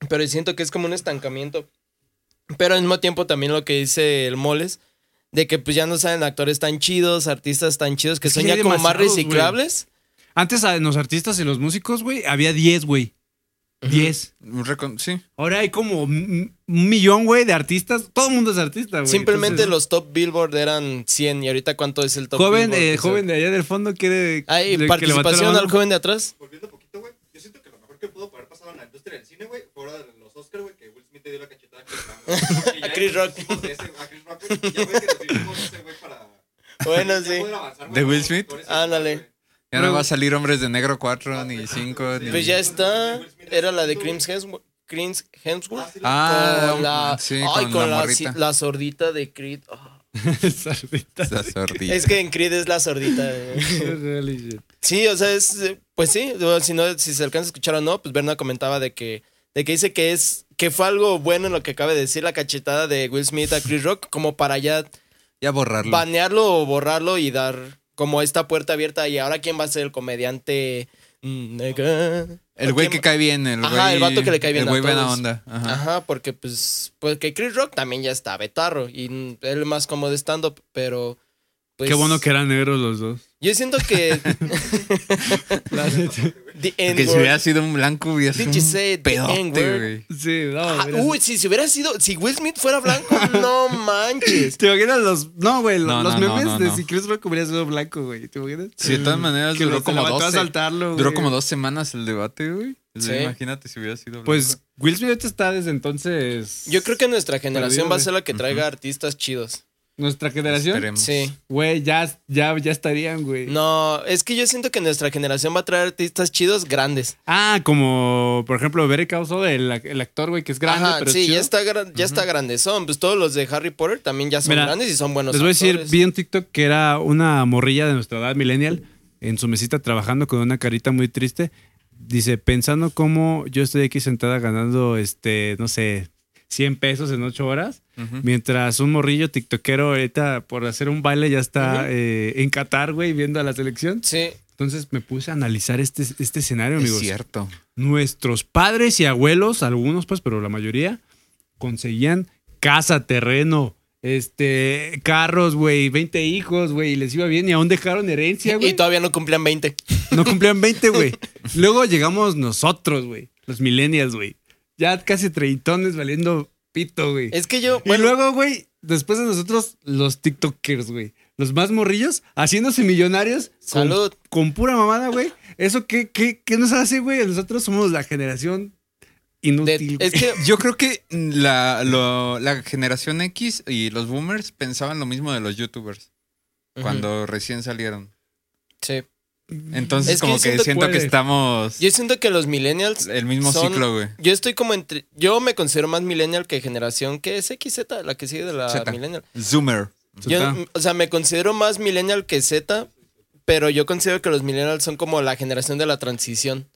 pero siento que es como un estancamiento. Pero al mismo tiempo también lo que dice el Moles, de que pues ya no salen actores tan chidos, artistas tan chidos, que
Es que
son ya
ya hay
como más
demasiados, güey. Ah,
reciclables.
Antes a los artistas y los músicos, güey, había 10, güey. 10.
Recon- sí.
Ahora hay como un un millón, güey, de artistas. Todo el mundo es artista, güey.
Simplemente
Entonces,
los top Billboard eran 100 y ahorita cuánto es el top
Joven,
Billboard?
eh,
O sea,
joven de allá del fondo quiere.
Hay
de- que levantó la
participación
mano.
al
*laughs*
joven de atrás.
Volviendo poquito, güey. Yo siento que lo mejor que pudo haber pasado en la industria del cine, güey, fuera de los Oscar, güey, que Will Smith le dio la cachetada a Chris Rock, güey.
A Chris Rock.
Porque ya nos hicimos de ese- A Chris Rock, güey. Ya, güey, que nos hicimos de ese, güey, para.
Bueno,
ya
sí.
poder avanzar, güey,
¿De
con
Will
los
Smith?
actores y
Ándale.
demás,
Ya no va a salir Hombres de Negro 4 ni 5. Ni...
Pues ya está. Era la de Crims Hemsworth. Chris Hemsworth.
güey.
Ah,
con la,
sí,
ay,
con,
con
la
la, si-
morrita.
la sordita de Creed. Ah.
Es artista.
La sordita.
Es que en Creed es la sordita.
*laughs*
güey.
Holy shit.
sí, o sea, es. eh, Pues sí, o si, no, si se alcanza a escuchar o no, pues Berna comentaba de que, de que dice que es. Que fue algo bueno en lo que acaba de decir la cachetada de Will Smith a Chris Rock, como para ya
Ya borrarlo.
banearlo o borrarlo y dar como esta puerta abierta. Y ahora, ¿quién va a ser el comediante? Mm, nega?
El güey
¿Quién-
que cae bien, el
Ajá,
güey-
el vato que le cae bien
El
a
güey buena
todos.
onda. Ajá.
Ajá, porque pues, pues que Chris Rock también ya está betarro y mm, él más como de stand-up, pero pues...
Qué bueno que eran negros los dos.
Yo siento
*laughs*
que... the
Que si hubiera
N-word.
sido un blanco hubiera sido
Did you say
un
the N-word?
pedote, güey.
Sí, no,
Ah,
mira.
uy, si se hubiera sido... Si Will Smith fuera blanco,
*laughs*
no manches.
¿Te imaginas los. No, güey, lo-
No,
los
no, no,
memes
no,
de
no.
si Chris Rock hubiera sido blanco, güey. ¿Te imaginas?
Sí, de todas maneras
Que
duró
lo-
como
se levantó a
12.
saltarlo, güey.
Duró como dos semanas el debate, güey. O sea,
Sí.
Imagínate si hubiera sido blanco.
Pues Will Smith está desde entonces.
Yo creo que nuestra generación
Perdido,
va a
güey.
ser la que traiga artistas chidos.
Nuestra generación.
Esperemos.
Sí.
Güey, ya, ya, ya estarían, güey.
No, es que yo siento que nuestra generación va a traer artistas chidos grandes.
Ah, como por ejemplo Better Call Saul, el, el actor, güey, que es grande,
Ajá,
pero
sí,
chido.
ya está, gran- ya está grandezón. Pues todos los de Harry Potter también ya son
Mira,
grandes y son buenos
Les voy a decir,
actores.
vi en TikTok que era una morrilla de nuestra edad, millennial, en su mesita trabajando con una carita muy triste. Dice, pensando cómo yo estoy aquí sentada ganando, este, no sé, 100 pesos en 8 horas,
Ujú.
mientras un morrillo tiktokero ahorita por hacer un baile ya está
Ujú.
eh, en Qatar, güey, viendo a la selección.
Sí,
Entonces me puse a analizar este, este escenario,
es
amigos.
cierto.
Nuestros padres y abuelos, algunos pues, pero la mayoría, conseguían casa, terreno, este, carros, güey, 20 hijos, güey, y les iba bien y aún dejaron herencia,
y
güey.
todavía no cumplían 20.
No cumplían 20, güey. Luego llegamos nosotros, güey, los millennials, güey. Ya casi treitones valiendo pito, güey.
Es que yo.
Y
bueno,
luego, güey, después de nosotros, los TikTokers, güey. Los más morrillos, haciéndose millonarios. con-
Salud.
Con, pura mamada, güey. ¿Eso qué, qué, qué nos hace, güey? Nosotros somos la generación
de-
inútil.
es
güey.
que.
Yo creo que la, lo- la generación X y los boomers pensaban lo mismo de los youtubers
*laughs*
cuando recién salieron.
Sí.
Entonces,
Es que
como
yo
que
siento
siento, que
puede.
estamos
Yo siento que los millennials.
el mismo
son-
ciclo, güey.
Yo estoy como entre. Yo me considero más millennial que generación que es XZ, la que sigue de la
Z.
millennial.
Zoomer.
Yo,
Zeta.
o sea, me considero más millennial que Z, pero yo considero que los millennials son como la generación de la transición.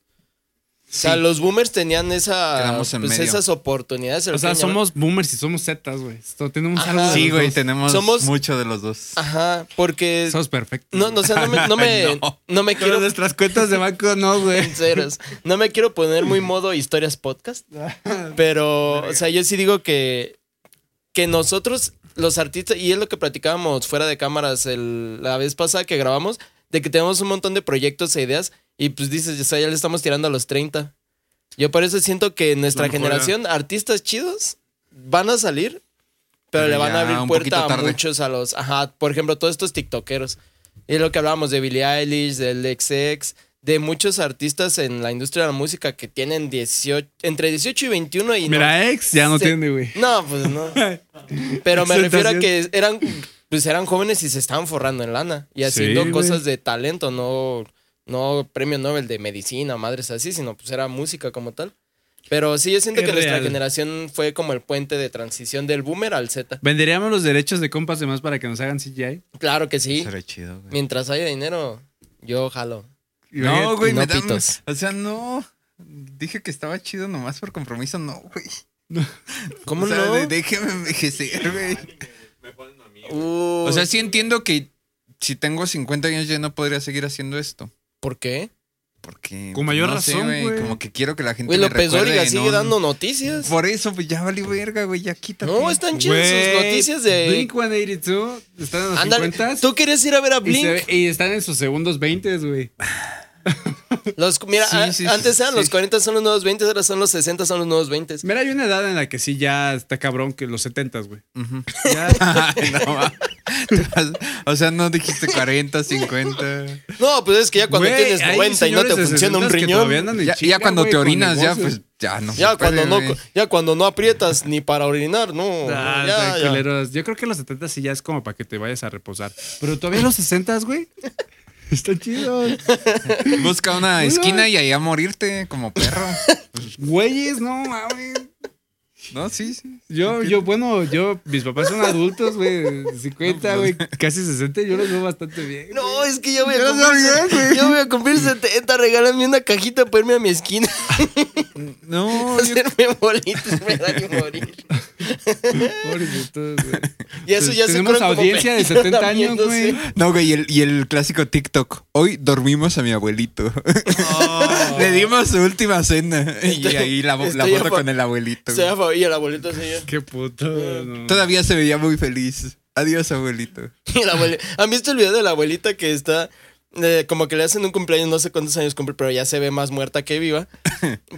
O sea, los boomers tenían esa,
Quedamos en
pues,
medio.
esas oportunidades. se
o
lo
sea,
quieren llamar.
somos boomers y somos zetas, güey. Esto- Tenemos
Ajá.
algo de
Sí,
los
güey,
dos.
tenemos
Ah, Somos- Ah,
mucho de los dos.
Ajá, porque.
Somos perfectos.
No, no, o sea,
*laughs*
no me, no me,
No.
no me
Pero
quiero.
nuestras cuentas de banco no,
*laughs*
güey.
sinceros. No me quiero poner muy modo historias podcast,
*laughs*
pero, o sea, yo sí digo que, que nosotros, los artistas, y es lo que platicábamos fuera de cámaras el- la vez pasada que grabamos, de que tenemos un montón de proyectos e ideas, y pues dices, o sea, ya le estamos tirando a los 30. Yo por eso siento que nuestra
Lo mejor
generación,
¿eh?
artistas chidos, van a salir, pero,
Pero
le van a
ya
abrir
un
puerta
poquito
a
tarde.
muchos, a los, ajá, por ejemplo, todos estos tiktokeros. Es lo que hablábamos de Billie Eilish, del XX, de muchos artistas en la industria de la música que tienen 18, entre 18 y 21 y no-
Mira, eh. ex ya no
Se-
tiene, güey.
no, pues
*laughs*
no. Pero me
Exaltación.
refiero a que eran, pues eran jóvenes y se estaban forrando en lana y haciendo
güey.
cosas de talento, no, no premio Nobel de medicina, madres así, sino pues era música como tal. Pero sí, yo siento
Es
que nuestra
real.
generación fue como el puente de transición del boomer al Z.
Venderíamos los derechos de compas de más para que nos hagan CGI.
Claro que sí.
Será chido, güey.
Mientras haya dinero, yo jalo.
No, güey,
no
me da-
pitos.
O sea, no. Dije que estaba chido nomás por compromiso, no, güey.
¿Cómo
o sea,
no?
de- déjeme envejecer, güey.
Me ponen a mí.
Uh,
O sea, sí entiendo que si tengo 50 años ya no podría seguir haciendo esto.
¿Por qué?
Porque. pues,
Con mayor
no sé,
razón, güey.
Como que quiero que la gente.
Güey,
me
López
recuerde,
Dóriga sigue
¿no?
dando noticias.
Por eso, pues ya valió verga, güey. Ya quítate.
No, están chidas sus
Güey,
noticias de.
Blink 182 están en los
Ándale,
50
tú querías ir a ver a
y, se
Blink.
ve- y están en sus segundos 20, güey.
Los, mira,
Sí,
a-
sí,
antes
sí,
eran
sí.
los 40 son los nuevos 20, ahora son los 60 son los nuevos 20.
Mira, hay una edad en la que sí ya está cabrón que los 70, güey.
Ujú.
*laughs*
Ya-
*laughs* Ay, no, ma. Te vas- o sea, no dijiste 40, 50.
No, pues es que ya cuando
Güey,
tienes
hay
90 y no te
señores de
funciona un
60s que
riñón.
todavía andan en
Ya, ya
chinga,
cuando
güey,
te
con
orinas, ya
negocios.
pues ya no. se
Ya cuando,
puede,
no,
güey.
ya cuando no aprietas ni para orinar, no.
Ah,
ya,
están
ya.
culeros. Yo creo que los 70 sí ya es como para que te vayas a reposar. Pero todavía los 60, güey. Están chidos.
Busca
*laughs*
una esquina y ahí a morirte como perro.
Güeyes, no mames.
No, sí, sí.
Yo, yo, bueno, yo, mis papás son adultos, güey. 50, güey, casi 60. Yo los veo bastante bien.
No, es que yo voy a cumplir, yo voy a cumplir 70, regálame una cajita para irme a mi
*laughs*
esquina, *laughs*
No, yo-
hacerme bolitas, me da que morir.
Pobrecitos, güey.
*laughs* Y eso
Pues
ya se
tenemos
corre como
audiencia de 70 años, güey.
viéndose.
no, güey, y el, y el clásico TikTok. Hoy dormimos a mi abuelito. *laughs* Le dimos su última cena. Y ahí la, la
Estoy a
foto
fa-
con el abuelito.
O sea,
güey.
fa- y el abuelito así, ya.
Qué puto. no.
Todavía se veía muy feliz. Adiós, abuelito.
Y *laughs* la abueli- ¿Han visto el video de la abuelita que está eh, como que le hacen un cumpleaños, no sé cuántos años cumple, pero ya se ve más muerta que viva?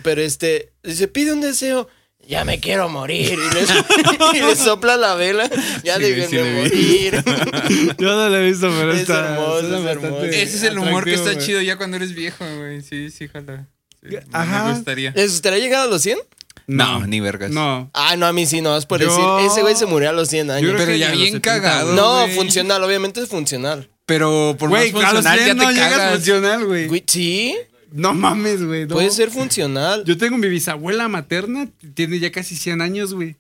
Pero este, dice, pide un deseo. Ya me quiero morir. Y le, *laughs* y le sopla la vela. Ya
Sí,
déjenme
sí lo vi.
morir.
*laughs* Yo no lo he visto, pero
Es
está.
hermoso,
suena
es
bastante
hermoso.
Ese es el humor que está
atractivo,
chido ya cuando eres viejo, güey. Sí, sí, jala. Sí,
Ajá.
Me gustaría.
¿Les gustaría llegar a los 100?
güey.
Eh, No, ni vergas.
No.
Ah, no, a mí sí, no, es por
Yo-
decir, ese güey se murió a los 100
Yo creo
años.
Pero
que
ya
ni a los
bien
70,
cagado.
No,
güey.
funcional, obviamente es funcional.
Pero por
Güey,
más
a los
funcional
100
ya
no
te
llegas
cagas.
funcional, güey.
Güey, sí,
No mames, güey. no.
puede ser funcional.
Yo tengo mi bisabuela materna, tiene ya casi 100 años, güey.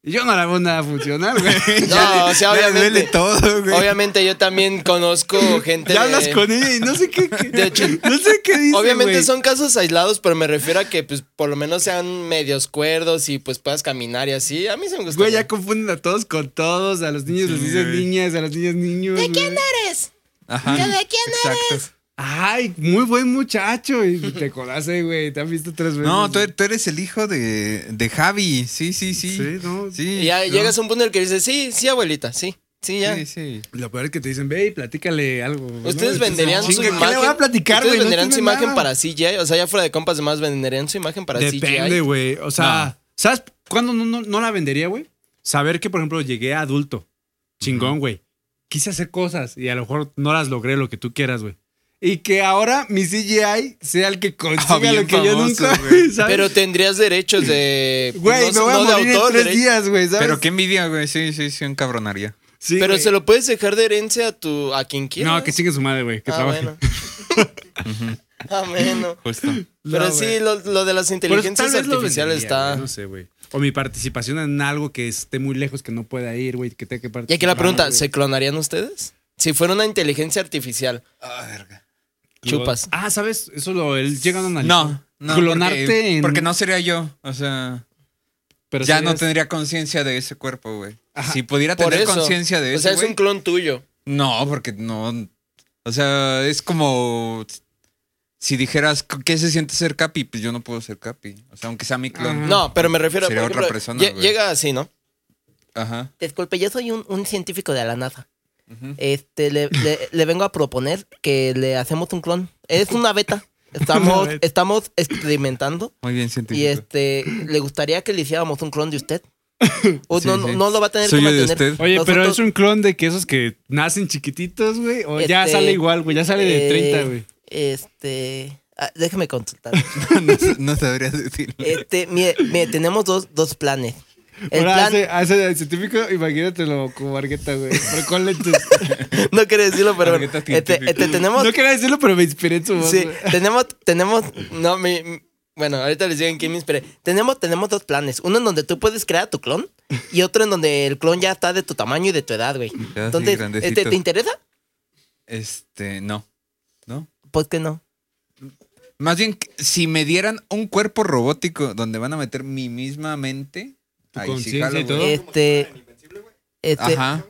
Y yo no la veo nada funcional,
*laughs*
güey.
No,
*laughs*
o sea,
Ya
obviamente.
duele todo, güey.
Obviamente yo también conozco gente
Ya
de-
hablas con ella y no sé qué. qué-
De hecho,
no sé qué dice.
Obviamente
güey.
son casos aislados, pero me refiero a que pues por lo menos sean medios cuerdos y pues puedas caminar y así. A mí se me gusta.
Güey, ya confunden a todos con todos. A los niños les dicen
güey.
niñas, a las niñas niños. ¿De quién
Ajá. Exacto.
Ay, muy buen muchacho. Y te conoce, güey. Te han visto tres veces.
No, tú, tú eres el hijo de, de Javi. Sí, sí, sí.
Sí, no.
Sí,
Y ya
¿no?
llegas a un punto en el que dices, sí, sí, abuelita, sí, sí, ya.
Sí, sí.
Lo peor es que te dicen, ve y platícale algo. pues, ¿no?
Ustedes
Entonces,
venderían su
chinga, ¿qué
imagen.
le voy a platicar,
Ustedes
güey? No
venderían su
tiene
imagen
nada.
para CGI. O sea, ya fuera de compas demás, venderían su imagen para
Depende,
CGI.
güey. O sea, ¿sabes cuándo no, no- no la vendería, güey? Saber que, por ejemplo, llegué a adulto. Chingón, güey. Quise hacer cosas y a lo mejor no las logré lo que tú quieras, güey. Y que ahora mi CGI sea el que consiga
Ah, bien
lo que yo
famoso,
nunca.
güey.
*laughs* ¿sabes?
Pero tendrías derechos de.
*clears throat*
no,
Güey, me voy a
no
morir
de autor, ¿eh?
en tres
dere-
días, güey, ¿sabes?
Pero qué envidia, güey. Sí, sí, sí, encabronaría.
Sí,
Pero
güey.
se lo puedes dejar de herencia a tu a quien quieras.
No, que sigue su madre, güey. Que
Ah,
trabaje.
bueno. *laughs* Ah, bueno.
Justo.
No,
Pero sí,
güey.
lo, lo de
Pues
las
Por eso
inteligencias
tal vez lo
artificiales
vendería,
está.
güey, No sé, güey. O mi participación en algo que esté muy lejos, que no pueda ir, güey. Que tenga que
Y
participar.
aquí la pregunta,
güey.
¿se clonarían ustedes? Si fuera una inteligencia artificial,
Ah, verga.
chupas.
Ah, ¿sabes? Eso lo él llega a analizar.
No, no.
Clonarte
porque,
en-
porque no sería yo. O sea,
Pero
ya
serías-
no tendría conciencia de ese cuerpo, güey.
Ajá.
Si pudiera
Por
tener
eso.
conciencia de
o
eso,
sea, es
güey.
un clon tuyo.
No, porque no. O sea, es como. Si dijeras, ¿qué se siente ser Capi? Pues yo no puedo ser Capi. O sea, aunque sea mi clon.
Ajá.
No, pero me refiero
Mm. Sería
por
otra
ejemplo,
persona,
lle-
güey.
Llega así, ¿no?
Ajá.
Disculpe, yo soy un, un científico de la NASA. Este, le, le- le vengo a proponer que le hacemos un clon. Es una beta. Estamos,
*laughs*
Una beta.
estamos experimentando
Muy bien
y
científico.
este, le gustaría que le hiciéramos un clon de
*laughs*
usted. O
Sí,
no,
sí.
no lo va a tener
Soy
que
yo de
mantener.
usted.
Oye, pero
Nosotros-
es un clon de que esos que nacen chiquititos, güey. O ya
Este,
sale igual, güey. Ya sale de
eh,
30, güey.
Este, ah, déjeme consultar.
*laughs*
*laughs*
no, no sabría decirlo.
Este, mire, mire, tenemos dos, dos planes. El
Ahora
plan,
hace, hace el científico, imagínatelo como Argueta, güey. Pero ¿cuál le tu-
no quiere decirlo, pero bueno,
Tarjeta
este,
científica.
este, tenemos,
No quería decirlo, pero me inspiré en su voz.
Sí,
güey.
tenemos, tenemos, no, mi, mi- bueno, ahorita les digo en qué me inspiré. Tenemos, tenemos dos planes. Uno en donde tú puedes crear tu clon y otro en donde el clon ya está de tu tamaño y de tu edad, güey.
Ya, sí,
Entonces,
grandecito.
este, ¿te interesa?
Este, no.
Pues que no.
Más bien, si me dieran un cuerpo robótico donde van a meter mi misma mente,
Tu
ahí sí
conciencia
jalo,
y
güey.
todo.
Este, este,
Ajá.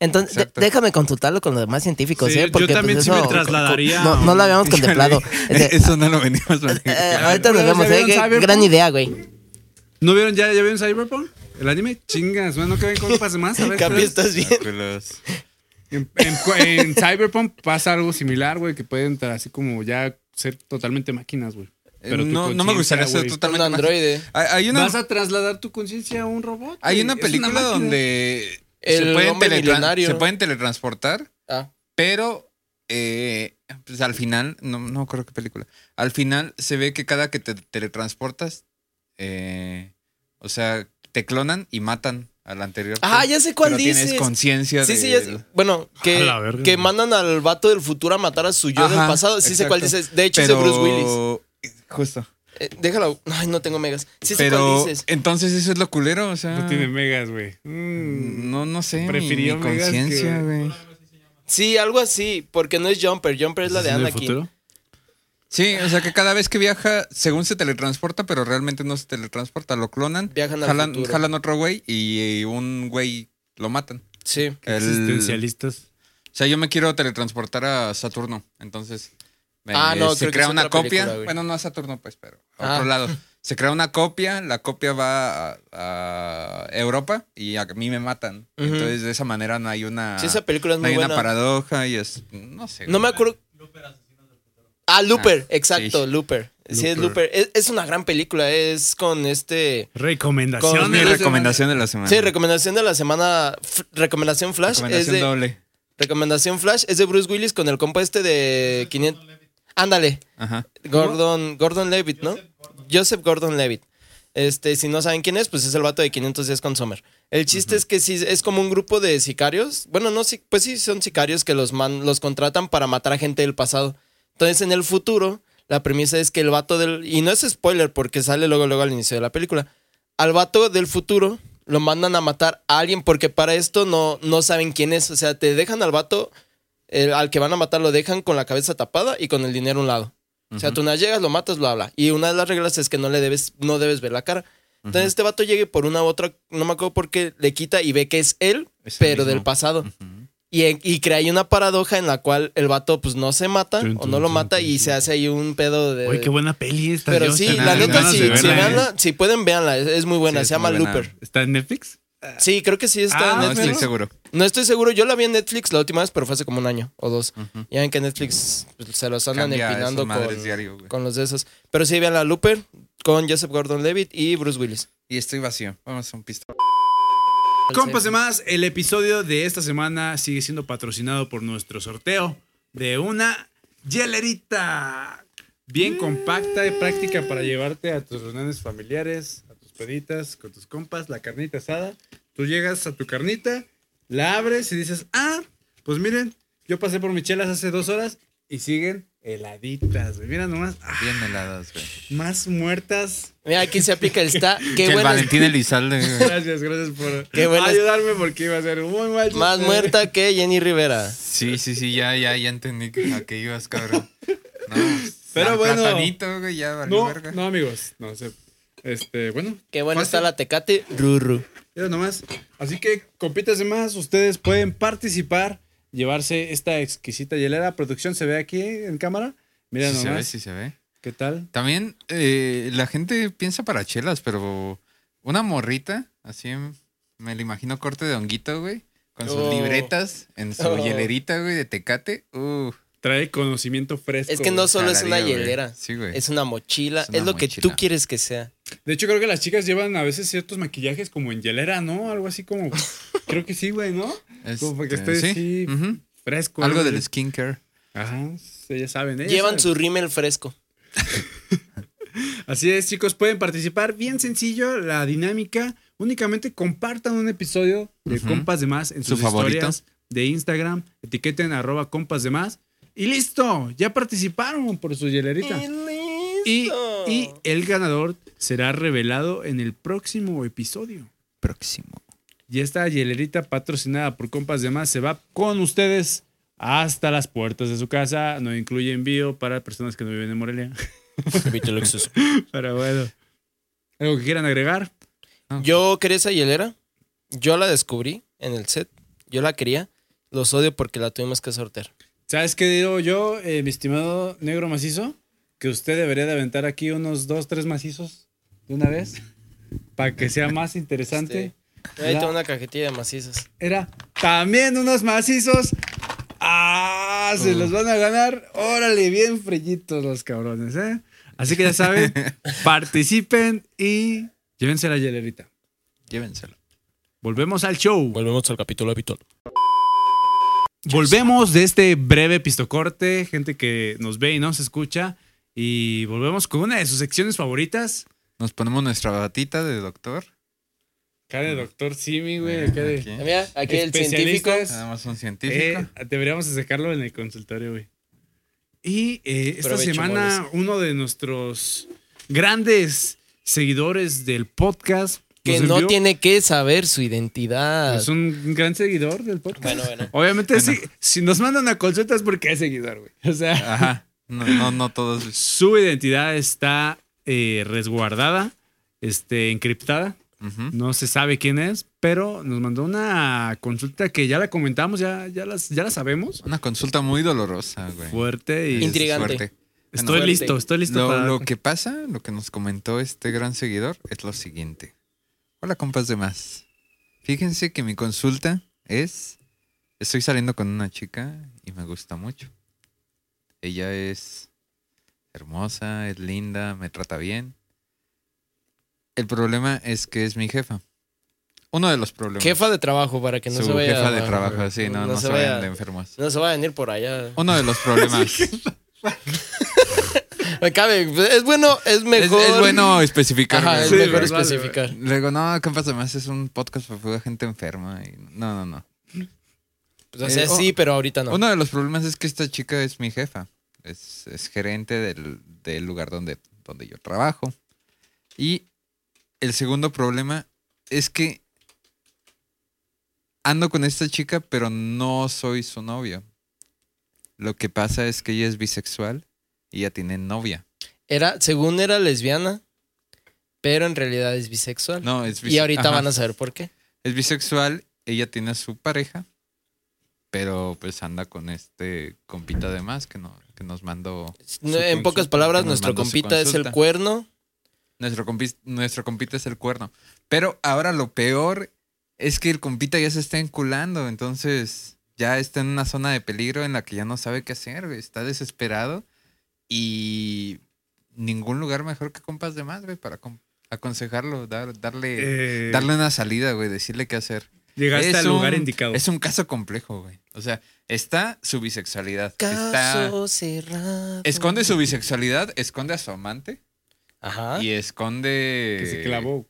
Entonces, de-
Exacto.
déjame consultarlo con los demás científicos,
Sí,
¿eh?
yo
Porque
también
pues,
sí me
eso-
trasladaría
No,
a
no
un-
lo
*laughs*
habíamos
*laughs*
contemplado. Este,
Eso no lo venimos
eh, ahorita nos
Pero
vemos,
se
¿eh?
vieron
Qué
Cyberpunk.
Gran idea, güey.
¿No vieron ya, ya vieron Cyberpunk? ¿El anime? Chingas, bueno, que ven cómo pase más. A ver,
Capi,
espera.
¿estás bien?
En, en cu- *laughs* en Cyberpunk pasa algo similar, güey, que pueden entrar así como ya ser totalmente máquinas, güey. Pero tu
No, no me
conciencia,
gustaría ser
güey.
Un
totalmente.
androide.
Hay, hay una,
Vas a trasladar tu conciencia a un robot.
hay
güey.
una
Es
película
máquina.
donde
El
se, pueden
hombre
teletran-
milenario.
se pueden teletransportar,
Ah.
pero eh, pues al final, no, no creo qué película. Al final se ve que cada que te teletransportas, eh, o sea, te clonan y matan al anterior.
Ah, ya sé cuál
pero
dices.
Tienes conciencia
Sí,
de-
sí, ya sé. Bueno,
A
que,
la verga.
que mandan al vato del futuro a matar a su yo del
Ajá,
pasado. Sí sé cuál
exacto.
dices. De hecho, es de
Pero-
Bruce Willis.
Justo.
Eh, déjalo. Ay, no tengo megas. Sí sé cuál
Pero
dices.
entonces eso es lo culero, o sea.
No tiene megas, güey. Mm.
No, no sé. mi-
Prefirió
mi
Megas
conciencia,
que-
güey.
Sí, algo así. Porque no es Jumper. Jumper es la de
¿En el
Anakin.
futuro?
Sí, o sea que cada vez que viaja, según se teletransporta, pero realmente no se teletransporta, lo clonan,
Viajan al
jalan,
futuro.
jalan otro güey y, y un güey lo matan.
Sí.
El-
Existencialistas.
o sea, yo me quiero teletransportar a Saturno, entonces me-
Ah, no, creo
se
que
crea
es
una
otra
copia.
película, güey.
bueno, no a Saturno, pues, pero a
Ah.
otro lado.
*laughs*
Se crea una copia, la copia va a, a Europa y a mí me matan.
Ujú.
Entonces de esa manera no hay una,
Sí, esa película es
no hay
muy
una
buena.
paradoja y es no sé.
No me
güey.
acuerdo. Ah, Looper, exacto,
sí.
Looper. Sí, es Looper. Es, es una gran película, es con este...
Es
Recomendación.
mi
Con-
recomendación de la semana.
Sí, recomendación de la semana, f- recomendación Flash, es
Recomendación
de...
doble.
Recomendación Flash, es de Bruce Willis con el compa este de 500... Ándale,
Ajá.
Gordon, Gordon Levitt, ¿no? Joseph Gordon Levitt. Este, si no saben quién es, pues es el vato de 510 con Sommer. El chiste es que sí, es como un grupo de sicarios. Bueno, no, sí, pues sí, son sicarios que los, man- los contratan para matar a gente del pasado. Entonces, en el futuro, la premisa es que el vato del. Y no es spoiler porque sale luego, luego al inicio de la película. Al vato del futuro lo mandan a matar a alguien porque para esto no, no saben quién es. O sea, te dejan al vato, el- al que van a matar, lo dejan con la cabeza tapada y con el dinero a un lado. O sea, tú no llegas, lo matas, lo habla. Y una de las reglas es que no le debes, no debes ver la cara. Entonces este vato llega y por una u otra, no me acuerdo por qué, le quita y ve que es él,
Es el
pero del
mismo.
pasado. Y, y crea ahí una paradoja en la cual el vato pues no se mata
Tun,
o
tun,
no lo
tun,
mata
tun,
y
tun.
se hace ahí un pedo de...
Oye, qué buena peli esta.
pero
yo
sí,
tenía
la
tengo
neta,
ganas
si,
de
si,
verla,
veanla- si pueden, véanla. Es, es muy buena.
eh. Sí, es
se llama
muy buena.
Looper.
¿eh? ¿Está en Netflix?
Sí, creo que sí está
Ah,
en
No,
Netflix.
estoy seguro.
No estoy seguro. Yo la vi en Netflix la última vez, pero fue hace como un año o dos. Ya ven que Netflix pues, se los andan
Cambia esas
empinando
madres
con,
diario, güey.
con los de esos. Pero sí, vean la Looper con Joseph Gordon-Levitt y Bruce Willis.
Y estoy vacío. Vamos a un pisto.
Compas de más, el episodio de esta semana sigue siendo patrocinado por nuestro sorteo de una hielerita
Mm.
bien compacta y práctica para llevarte a tus reuniones familiares, a tus peditas, con tus compas, la carnita asada. Tú llegas a tu carnita, la abres y dices, ah, pues miren, yo pasé por mis chelas hace dos horas y siguen heladitas. güey. Mira nomás, ah,
Bien heladas, güey.
*laughs*
más muertas
Mira, aquí se aplica el
*laughs*
está. Qué
Que el
buena. *laughs*
Valentín Elizalde, güey.
Gracias, gracias por
Qué buenas-
ayudarme porque iba a ser muy mal. chiste.
Más muerta que Jenny Rivera.
Sí, sí, sí, ya, ya, ya entendí que- a qué ibas, cabrón. No, pues,
Pero
al
bueno.
Platanito, güey, ya valió
No,
verga.
no, amigos. No sé. Este, bueno.
Qué buena
fácil.
está la Tecate. Ruru.
Mira nomás. Así que, compitas de más, ustedes pueden participar, llevarse esta exquisita hielera. Producción se ve aquí en cámara. Mira
Sí se ve,
nomás.
sí se ve.
¿Qué tal?
También eh, la gente piensa para chelas, pero una morrita, así me la imagino corte de honguito, güey. Con sus
Oh.
libretas en su
Oh.
hielerita, güey, de tecate. uh, Uf.
Trae conocimiento fresco.
Es que no solo es una
jalaría, güey.
hielera.
Sí, güey.
Es una mochila. Es,
Es una
lo que tú
mochila.
quieres que sea.
De hecho, creo que las chicas llevan a veces ciertos maquillajes como en hielera, ¿no? Algo así como. creo que sí,
*laughs*
güey, ¿no? Como para que
Este,
esté
sí.
así
Ujú.
fresco.
Algo
¿no?
del skincare.
Ajá. sí, Ya saben, ¿eh? Ya
Llevan su
saben.
rímel fresco.
Así es, chicos, pueden participar. Bien sencillo la dinámica. Únicamente compartan un episodio de
Ujú.
Compas de Más en
¿Su
sus
favorito?
historias de Instagram. Etiqueten arroba compas de más. Y listo, ya participaron por su hielerita. Y,
Eh, listo.
y el ganador será revelado en el próximo episodio.
Próximo.
Y esta hielerita patrocinada por Compas de Más se va con ustedes hasta las puertas de su casa. No incluye envío para personas que no viven en Morelia. *laughs*
*laughs*
Pero bueno. ¿Algo que quieran agregar?
Yo quería esa hielera. Yo la descubrí en el set. Yo la quería. Los odio porque la tuvimos que sortear.
¿Sabes qué digo yo, eh, mi estimado negro macizo? Que usted debería de aventar aquí unos dos, tres macizos de una vez para que sea más interesante.
Ahí tengo
Era,
una cajetilla de macizos.
era también unos macizos. ¡Ah! Se los van a ganar. Órale, bien frillitos los cabrones, ¿eh? Así que ya saben, participen y llévense la hielerita.
Llévenselo.
Volvemos al show.
Volvemos al capítulo habitual.
Volvemos de este breve pistocorte, gente que nos ve y nos escucha. Y volvemos con una de sus secciones favoritas.
Nos ponemos nuestra batita de doctor. Eh,
Acá de Doctor Simi, güey. Acá de
Aquí.
Mira, Eh, aquí el científico.
especialistas.
Nada más un científico.
Eh, deberíamos de sacarlo en el consultorio, güey. Y eh, esta
Provecho,
semana
Morris.
uno de nuestros grandes seguidores del podcast.
Que
nos
no
envió-
tiene que saber su identidad.
Es un gran seguidor del podcast.
Bueno, bueno.
Obviamente, sí, si nos mandan a consultas es porque es seguidor, güey. O sea.
Ajá. No, no, no todos.
su identidad está eh, resguardada, este, encriptada.
Ujú.
No se sabe quién es, pero nos mandó una consulta que ya la comentamos, ya, ya, las, ya la sabemos.
Una consulta muy dolorosa, güey.
Fuerte y
Intriga- Intrigante.
Fuerte.
estoy
Fuerte.
listo, estoy listo
Lo,
para
lo que pasa, lo que nos comentó este gran seguidor, es lo siguiente. Hola, compas de más. Fíjense que mi consulta es... Estoy saliendo con una chica y me gusta mucho. Ella es hermosa, es linda, me trata bien. El problema es que es mi jefa. Uno de los problemas.
Jefa de trabajo para que no
Su
se vaya.
jefa de trabajo, sí, no, no se vayan de enfermos.
No se va a venir por allá.
Uno de los
*laughs*
problemas.
Me cabe. Es bueno, es
Es,
mejor.
es bueno especificar.
Ajá,
güey.
es
Sí,
mejor
vale,
especificar.
Luego, no, compas, además es un podcast para pura gente enferma. y- No, no, no.
Pues, o sea,
Eh,
sí, pero ahorita no.
Uno de los problemas es que esta chica es mi jefa. Es, es gerente del, del lugar donde, donde yo trabajo. Y el segundo problema es que ando con esta chica, pero no soy su novio. Lo que pasa es que ella es bisexual y ya tiene novia.
Era, según era lesbiana, pero en realidad es bisexual.
No, es
y ahorita
van
van a saber por qué.
es bisexual, ella tiene a su pareja, pero pues anda con este compita de más que, no, que nos mandó.
No,
Su
en
consulta,
pocas palabras,
nos
nuestro
mandó su
compita es el
consulta.
cuerno.
Nuestro, compi- nuestro compita es el cuerno. Pero ahora lo peor es que el compita ya se está enculando, entonces ya está en una zona de peligro en la que ya no sabe qué hacer, güey, Está desesperado y ningún lugar mejor que compas de más, güey, para acon- aconsejarlo, dar- darle,
eh,
darle una salida, güey, decirle qué hacer.
llegaste
Es
al lugar
un-
indicado.
Es un caso complejo, güey. O sea, está su bisexualidad. Está,
Caso cerrado.
esconde su bisexualidad, esconde a su amante
Ajá.
y esconde.
que se clavó.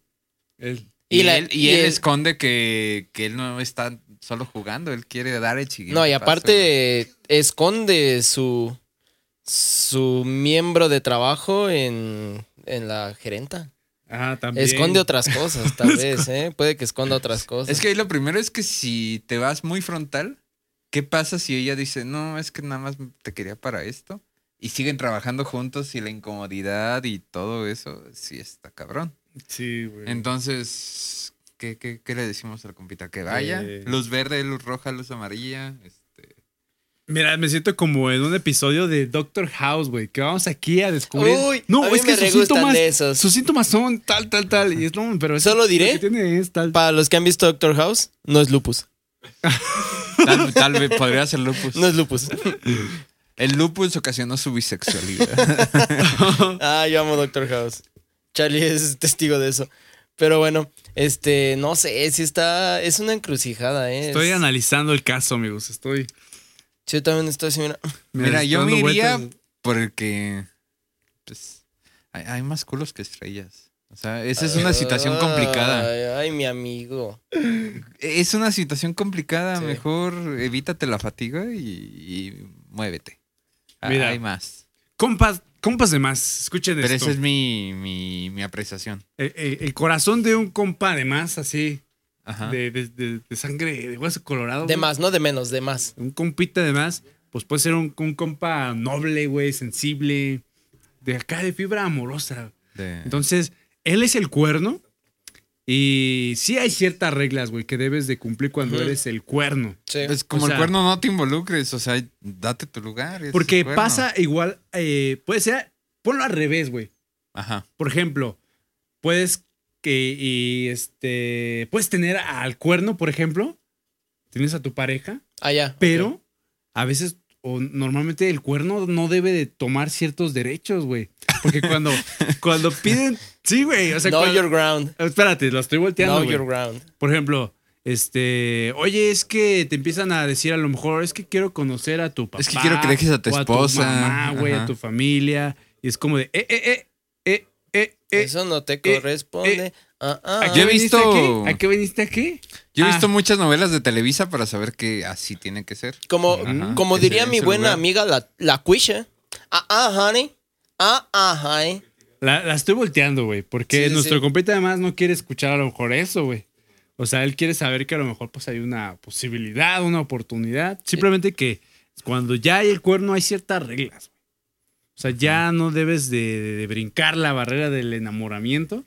Él.
Y,
Y la-
él, y
y
él
el-
esconde que, que él no está solo jugando, él quiere dar el chiquito.
No, y aparte esconde su su miembro de trabajo en, en la gerenta.
Ajá, Ah, también.
Esconde otras cosas,
*laughs*
tal vez, ¿eh? Puede que esconda otras cosas.
Es que ahí lo primero es que si te vas muy frontal, ¿qué pasa si ella dice, no, es que nada más te quería para esto? Y siguen trabajando juntos y la incomodidad y todo eso, sí está cabrón.
Sí, güey.
Entonces, ¿qué, qué, qué le decimos al compita? Que vaya.
Eh.
Luz verde, luz roja, luz amarilla. este,
Mira, me siento como en un episodio de Doctor House, güey, que vamos aquí a descubrir.
Uy,
no,
a mí
es que
me
sus
regustan
síntomas,
de esos.
sus síntomas son tal, tal, tal. Y es, no, pero eso-
Solo diré
Lo que tiene es tal.
Para los que han visto Doctor House, no es lupus.
Tal, tal vez podría ser lupus.
No es
*laughs*
lupus. *laughs*
El lupus ocasionó su bisexualidad.
*laughs* Ah, yo amo Doctor House. Charlie es testigo de eso. Pero bueno, este, no sé, si está. Es una encrucijada, ¿eh?
Estoy
Es-
analizando el caso, amigos. Estoy.
Yo también estoy así, mira.
Mira, yo me
dando
iría
vueltas.
porque pues, hay, hay más culos que estrellas. O sea, esa es una situación complicada.
Ay, ay, mi amigo.
Es una situación complicada.
Sí.
Mejor evítate la fatiga y, y muévete. Ah,
Mira.
Hay más.
Compas, compas de más, escuchen
Pero
esto.
esa es mi, mi, mi apreciación.
El, el- el corazón de un compa de más, así,
Ajá.
de, de- de- de sangre, de hueso colorado.
De
güey.
más, no de menos, de más.
Un compita de más, pues puede ser un, un compa noble, güey, sensible, de acá, de fibra amorosa.
de-
Entonces, él es el cuerno Y sí hay ciertas reglas, güey, que debes de cumplir cuando
Ujú.
eres el cuerno.
Sí.
Pues como
O sea-
el cuerno no te involucres, o sea, date tu lugar. es
Porque
el cuerno.
pasa igual, eh, puede ser, ponlo al revés, güey.
Ajá.
Por ejemplo, puedes que y este puedes tener al cuerno, por ejemplo, tienes a tu pareja,
Ah, ya.
pero a veces o normalmente el cuerno no debe de tomar ciertos derechos, güey, porque cuando cuando piden, sí, güey, o sea,
Know
cuando-
your ground.
espérate, lo estoy volteando,
Know
güey.
your ground.
Por ejemplo, este, oye, es que te empiezan a decir a lo mejor, es que quiero conocer a tu papá.
Es que quiero que dejes a tu
o
esposa.
mamá, güey, a
Ajá.
tu familia. Y es como de, eh, eh, eh, eh, eh, eh.
Eso no te
eh,
corresponde. Ah, ah.
¿A qué
Yo he
viniste
visto-
aquí? ¿A qué viniste aquí?
Yo he
Ah.
visto muchas novelas de Televisa para saber que así tiene que ser.
Como, mm,
Ajá,
como
ese
diría
es
mi
el
buena
lugar.
amiga, la, la cuisha. Ah, ah, honey. Ah, ah, honey.
La, la estoy volteando, güey, porque
Sí, sí,
nuestro
sí.
compita además no quiere escuchar a lo mejor eso, güey. O sea, él quiere saber que a lo mejor pues hay una posibilidad, una oportunidad. Simplemente que cuando ya hay el cuerno hay ciertas reglas, güey. O sea, ya no debes de, de- de brincar la barrera del enamoramiento.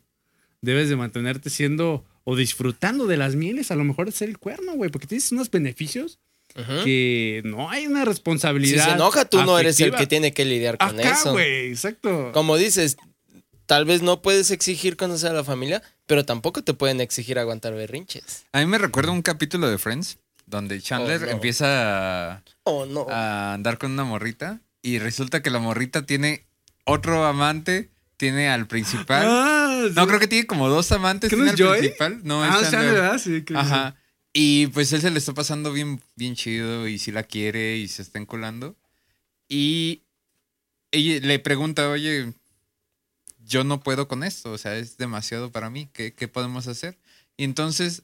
Debes de mantenerte siendo o disfrutando de las mieles, a lo mejor de ser el cuerno, güey, porque tienes unos beneficios
Ujú.
que no hay una
¿Eh? Si
responsabilidad.
se enoja, tú no eres el
afectiva.
que tiene que lidiar con
Acá,
eso.
güey, exacto.
Como dices, tal vez no puedes exigir conocer a la familia, pero tampoco te pueden exigir aguantar berrinches.
A mí me recuerda un capítulo de Friends donde Chandler
Oh, no.
empieza a,
Oh, no.
Ah,
a andar con una morrita y resulta que la morrita tiene otro amante, tiene al principal.
Ah,
no,
sí.
creo que tiene como dos amantes.
¿Qué no
Tiene
es
al
Joey?
principal. No,
ah,
es
Chandler,
Chandler.
¿verdad? Sí, creo que
Ajá. Y pues él se le está pasando bien, bien chido y si la quiere y se está enculando. Y ella le pregunta, oye, yo no puedo con esto, o sea, es demasiado para mí, ¿qué, qué podemos hacer? Y entonces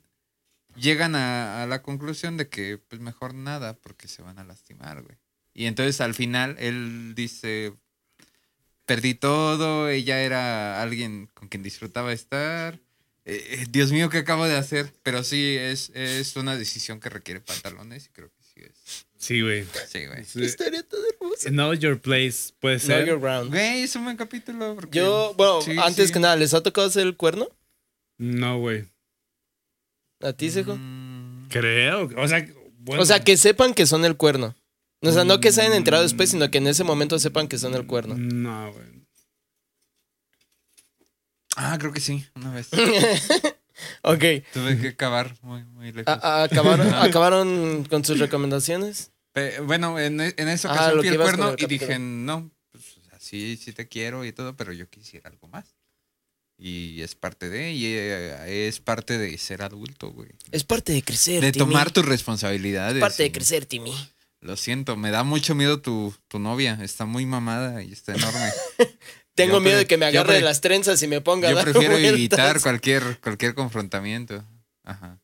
llegan a, a la conclusión de que pues mejor nada porque se van a lastimar, güey. Y entonces al final él dice, perdí todo, ella era alguien con quien disfrutaba estar. Eh, eh, Dios mío, ¿qué acabo de hacer? Pero sí, es, es una decisión que requiere pantalones y creo que sí es.
Sí, güey.
Sí, güey.
Historia tan hermosa.
Know your place, puede
Know
ser.
Este your ground.
Güey, es un buen capítulo. porque-
Yo, bueno,
Sí,
antes
sí.
que nada, ¿les ha tocado hacer el cuerno?
No, güey.
¿A ti, Sejo?
Mm,
Creo. O sea, bueno.
O sea, que sepan que son el cuerno. O sea, no que se hayan enterado
Mm.
después, sino que en ese momento sepan que son el cuerno.
No, güey.
Ah, creo que sí, una
*laughs*
vez.
*laughs* ok.
Tuve que cavar muy, muy lejos. *laughs*
A- a- acabaron, acabaron con sus recomendaciones.
Pe- bueno, en, e- en esa
Ah,
ocasión fui
lo que
el
ibas con
cuerno
el
y
capítulo.
dije, no, pues, o sea, sí, sí te quiero y todo, pero yo quisiera algo más. Y es parte de, y eh, es parte de ser adulto, güey.
Es parte de crecer,
De
Timmy.
tomar tus responsabilidades.
Parte de
y-
crecer, Timmy.
Lo siento, me da mucho miedo tu, tu novia. Está muy mamada y está
*laughs*
enorme.
Tengo
Yo
miedo
pre-
de que me
yo
agarre
pre-
las trenzas y me ponga a
Yo
dar
prefiero
*laughs* vueltas.
evitar cualquier, cualquier confrontamiento. Ajá.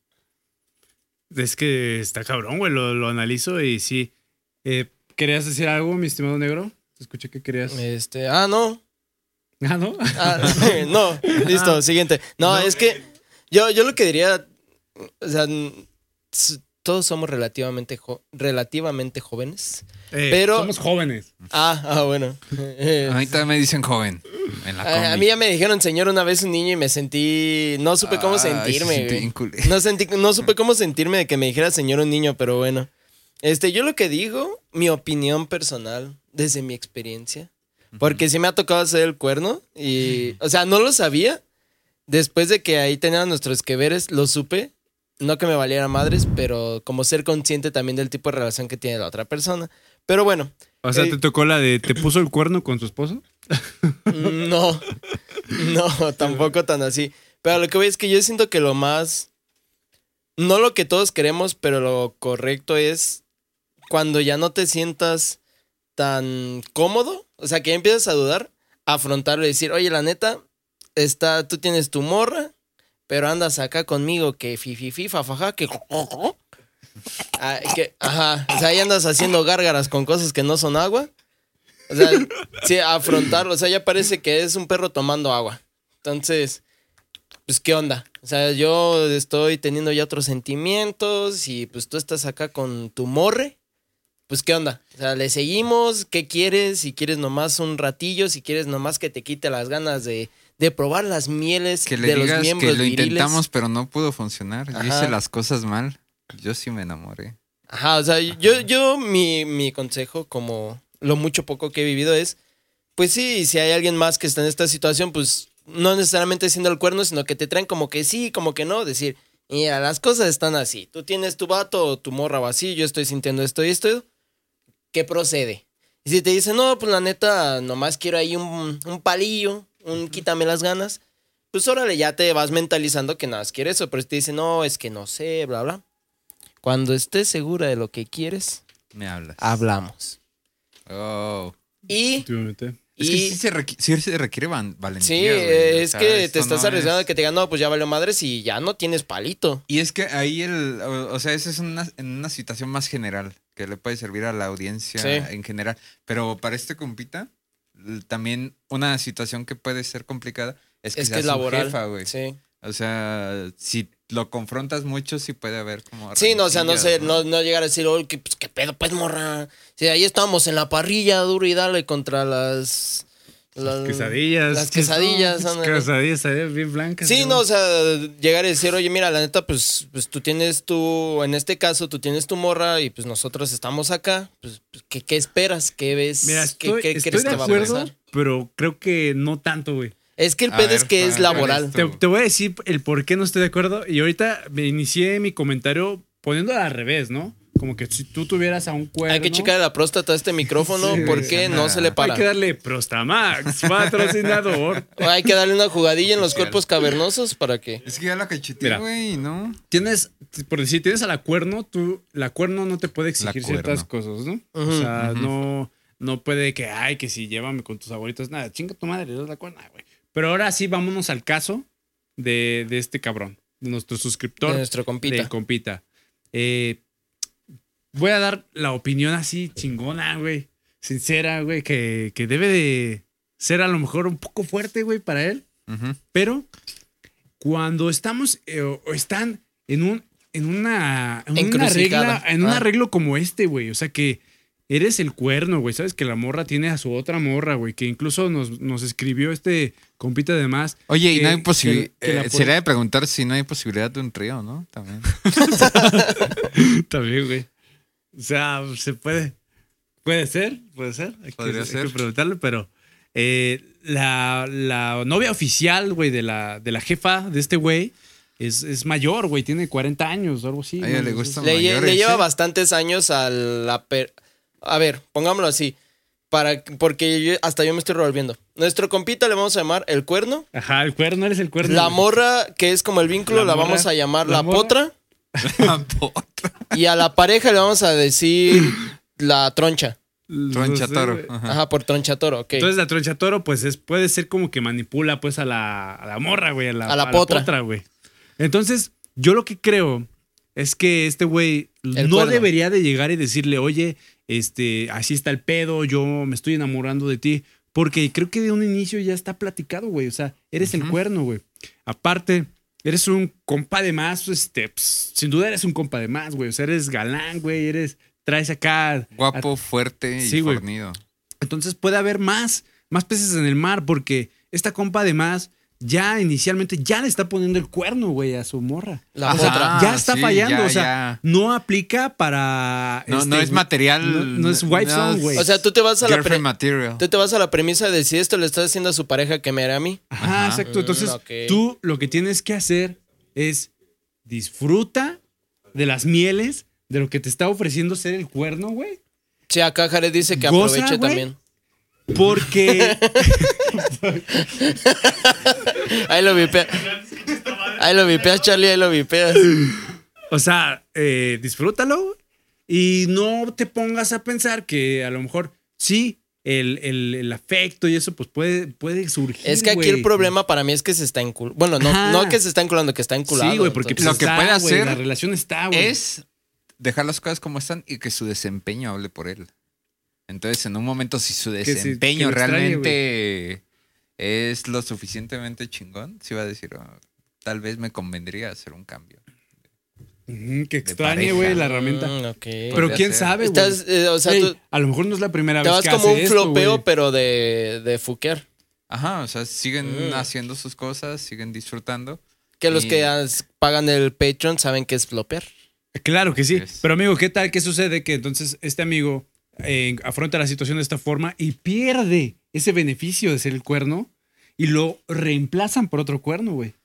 Es que está cabrón, güey. Lo, lo analizo y sí. Eh, ¿Querías decir algo, mi estimado negro? Te escuché que querías.
Este, ah, no.
*laughs* Ah, ¿no?
Ah, *laughs* no, listo,
Ah.
siguiente. No, es que yo, yo lo que diría, o sea, n- s- todos somos relativamente, jo- relativamente jóvenes.
Eh,
Pero-
Somos jóvenes.
Ah, ah, bueno. *laughs* Eh,
Ahorita me dicen joven. En la combi.
a, a mí ya me dijeron señor una vez un niño y me sentí, no supe cómo
Ay, se
sentirme.
siente
güey.
bien
*laughs*
culé.
No, sentí, no
*laughs*
supe cómo sentirme de que me dijera señor un niño, pero bueno. Este, yo lo que digo, mi opinión personal, desde mi experiencia. Porque sí me ha tocado hacer el cuerno y, o sea, no lo sabía. Después de que ahí tenían nuestros que veres, lo supe. No que me valiera madres, pero como ser consciente también del tipo de relación que tiene la otra persona. Pero bueno,
O sea,
Eh.
te tocó la de. ¿Te puso el cuerno con tu esposo?
No, no, tampoco tan así. Pero lo que voy es que yo siento que lo más, no lo que todos queremos, pero lo correcto es cuando ya no te sientas tan cómodo, o sea, que ya empiezas a dudar, afrontarlo y decir, oye, la neta, está, tú tienes tu morra, pero andas acá conmigo que fififi, fafaja, que... Ah, que- ajá, o sea, ahí andas haciendo gárgaras con cosas que no son agua. O sea, sí, afrontarlo. O sea, ya parece que es un perro tomando agua. Entonces, pues, ¿qué onda? O sea, yo estoy teniendo ya otros sentimientos y pues tú estás acá con tu morre. pues qué onda. O sea, le seguimos, ¿qué quieres? Si quieres nomás un ratillo, si quieres nomás que te quite las ganas de, de probar las mieles
Que le
de los
digas que
miembros
lo
viriles.
intentamos, pero no pudo funcionar. Yo
Ajá.
hice las cosas mal. Yo sí me enamoré.
Ajá, o sea, yo, yo mi, mi consejo, como lo mucho poco que he vivido, es, pues sí, si hay alguien más que está en esta situación, pues no necesariamente siendo el cuerno, sino que te traen como que sí, como que no, decir, mira, las cosas están así, tú tienes tu vato o tu morra o así, yo estoy sintiendo esto y esto, ¿qué procede? Y si te dicen, no, pues la neta, nomás quiero ahí un, un palillo, un quítame las ganas, pues órale, ya te vas mentalizando que nada más quieres eso, pero si te dicen, no, es que no sé, bla, bla. Cuando estés segura de lo que quieres,
Me hablas.
hablamos.
Oh.
Y,
Últimamente.
Es que
y-
sí se, requi- sí se requiere van- valentía.
sí,
güey. O
es
sea,
que
esto
te estás
no
arriesgando
es-
a que te digan, no, pues ya valió madre si ya no tienes palito.
Y es que ahí el, o, o sea, eso es una, en una situación más general, que le puede servir a la audiencia
Sí.
en general. Pero para este compita, l- también una situación que puede ser complicada es que,
Es que
sea
es
su
laboral.
jefa, güey.
Sí.
O sea, si lo confrontas mucho, sí puede haber como...
Sí, no, o sea, no sé,
rencillas,
no, no llegar a decir, oh, ¿qué, pues, qué pedo, pues, morra. Si ahí estamos en la parrilla, duro y dale contra las...
Las quesadillas.
Las quesadillas,
Las
ándale.
quesadillas estarían bien blancas.
Sí,
yo.
no, o sea, llegar y decir, oye, mira, la neta, pues, pues tú tienes tu, en este caso, tú tienes tu morra y pues nosotros estamos acá, pues, pues, ¿qué, qué esperas? ¿Qué ves?
Mira,
¿Qué,
estoy,
qué
estoy
crees
de
que va a
acuerdo,
pasar?
pero creo que no tanto, güey.
Es que el
A
pedo es
ver,
que
a
es
ver, este,
laboral.
esto.
Te, te voy a decir el por qué no estoy de acuerdo. Y ahorita me inicié mi comentario poniéndolo al revés, ¿no? Como que si tú tuvieras a un cuerno.
Hay que checar la próstata a este micrófono
Sí,
porque
anda.
no se le para.
Hay que darle Prostamax, patrocinador.
Hay que darle una jugadilla en los cuerpos cavernosos para que...
Es que ya la cacheteé,
Mira.
güey, ¿no?
*laughs* tienes, por decir, tienes a la cuerno, tú, la cuerno no te puede exigir
La
ciertas cosas, ¿no?
Ujú.
O sea, no, no puede que, ay, que si llévame con tus abuelitos, nada, chinga tu madre, eres la cuerna, güey. Pero ahora sí, vámonos al caso de, de este cabrón, de nuestro suscriptor,
De nuestro compita.
del compita. Eh, voy a dar la opinión así chingona, güey, sincera, güey, que, que debe de ser a lo mejor un poco fuerte, güey, para él.
Ujú.
Pero cuando estamos eh, o o están en un en una en una
Encrucijada.
regla, en un
Ah.
arreglo como este, güey, o sea que eres el cuerno, güey, sabes que la morra tiene a su otra morra, güey, que incluso nos, nos escribió este compita de más.
Oye, y
que-
no hay
que-
posibilidad...
que la
sería de preguntar si no hay posibilidad de un río, ¿no? También.
poli- también, güey. O sea, se puede puede ser, puede ser, hay que,
Podría
hay
ser.
que preguntarle, pero eh, la, la novia oficial, güey, de la, de la jefa de este güey es, es mayor, güey, tiene 40 años o algo así.
A ella
¿no?
le
Entonces-
gusta
Le, lle-
mayores,
le lleva
¿eh?
bastantes años a la... per- a ver, pongámoslo así. Para, porque yo- hasta yo me estoy revolviendo. Nuestro compita le vamos a llamar el cuerno.
Ajá, el cuerno eres el cuerno.
La
güey.
morra, que es como el vínculo, la,
La morra-
vamos a llamar
la
la,
morra.
potra.
*laughs*
Y a
*laughs*
la pareja le vamos a decir la troncha.
No
Troncha
sé,
toro.
güey.
Ajá.
Ajá, por tronchatoro, ok.
Entonces la troncha toro, pues es, puede ser como que manipula pues a la, a la morra, güey. A la,
A la potra.
güey. Entonces, yo lo que creo es que este güey
El
no
cuerno.
debería de llegar y decirle, oye, este, así está el pedo, yo me estoy enamorando de ti. Porque creo que de un inicio ya está platicado, güey. O sea, eres el cuerno, güey. Aparte, eres un compa de más, este, pues, sin duda eres un compa de más, güey. O sea, eres galán, güey. Eres, traes acá. a-
Guapo, fuerte y
Ah, Sí, güey.
fornido.
entonces puede haber más, más peces en el mar, porque esta compa además ya inicialmente ya le está poniendo el cuerno, güey, a su morra.
La
Ajá.
potra.
ya está
Ah, sí,
fallando,
ya,
o sea,
ya.
no aplica para...
No,
este,
no es material.
no- no es wife song,
es
güey. Ah,
O sea, tú te vas a la
Girlfriend
pre-
material.
tú te vas a la premisa de si esto le estás haciendo a su pareja que me hará a mí.
Ajá,
Ajá.
exacto. Entonces,
Mm, ok.
tú lo que tienes que hacer es disfruta de las mieles, de lo que te está ofreciendo ser el cuerno, güey.
Sí, acá Jared dice que
Goza,
aproveche
güey.
también.
*laughs*
Porque...
Ahí lo vipea. Ahí lo vipeas, Charlie, ahí lo vipeas.
O sea, eh, disfrútalo güey, y no te pongas a pensar que a lo mejor sí, el, el- el afecto y eso pues puede, puede surgir.
Es que aquí
güey.
el problema para mí es que se está enculando. Bueno, no,
Ajá.
no que se está enculando, que está enculado.
Sí, güey, porque pues,
Lo
entonces.
que puede
güey,
hacer
la relación está, güey.
es dejar las cosas como están y que su desempeño hable por él. Entonces, en un momento, si su
si-
desempeño
que lo extrañe,
realmente es lo suficientemente chingón, sí va a decir, "Oh, tal vez me convendría hacer un cambio.
Ujú, que extrañe,
pareja.
güey, la herramienta.
Mm, ok.
Pero
podría
quién
ser.
sabe, güey.
Estás, eh, o sea,
Ey,
tú
a lo mejor no es la primera
te
vez
vas
que
como
hace
un
esto, güey.
flopeo, pero de, de fuquear.
Ajá, o sea, siguen
Mm.
haciendo sus cosas, siguen disfrutando.
Que los
Y-
que as- pagan el Patreon saben que es flopear.
Claro que sí.
Es.
Pero amigo, ¿qué tal? ¿Qué sucede? Que entonces este amigo eh, afronta la situación de esta forma y pierde ese beneficio de ser el cuerno y lo reemplazan por otro cuerno, güey.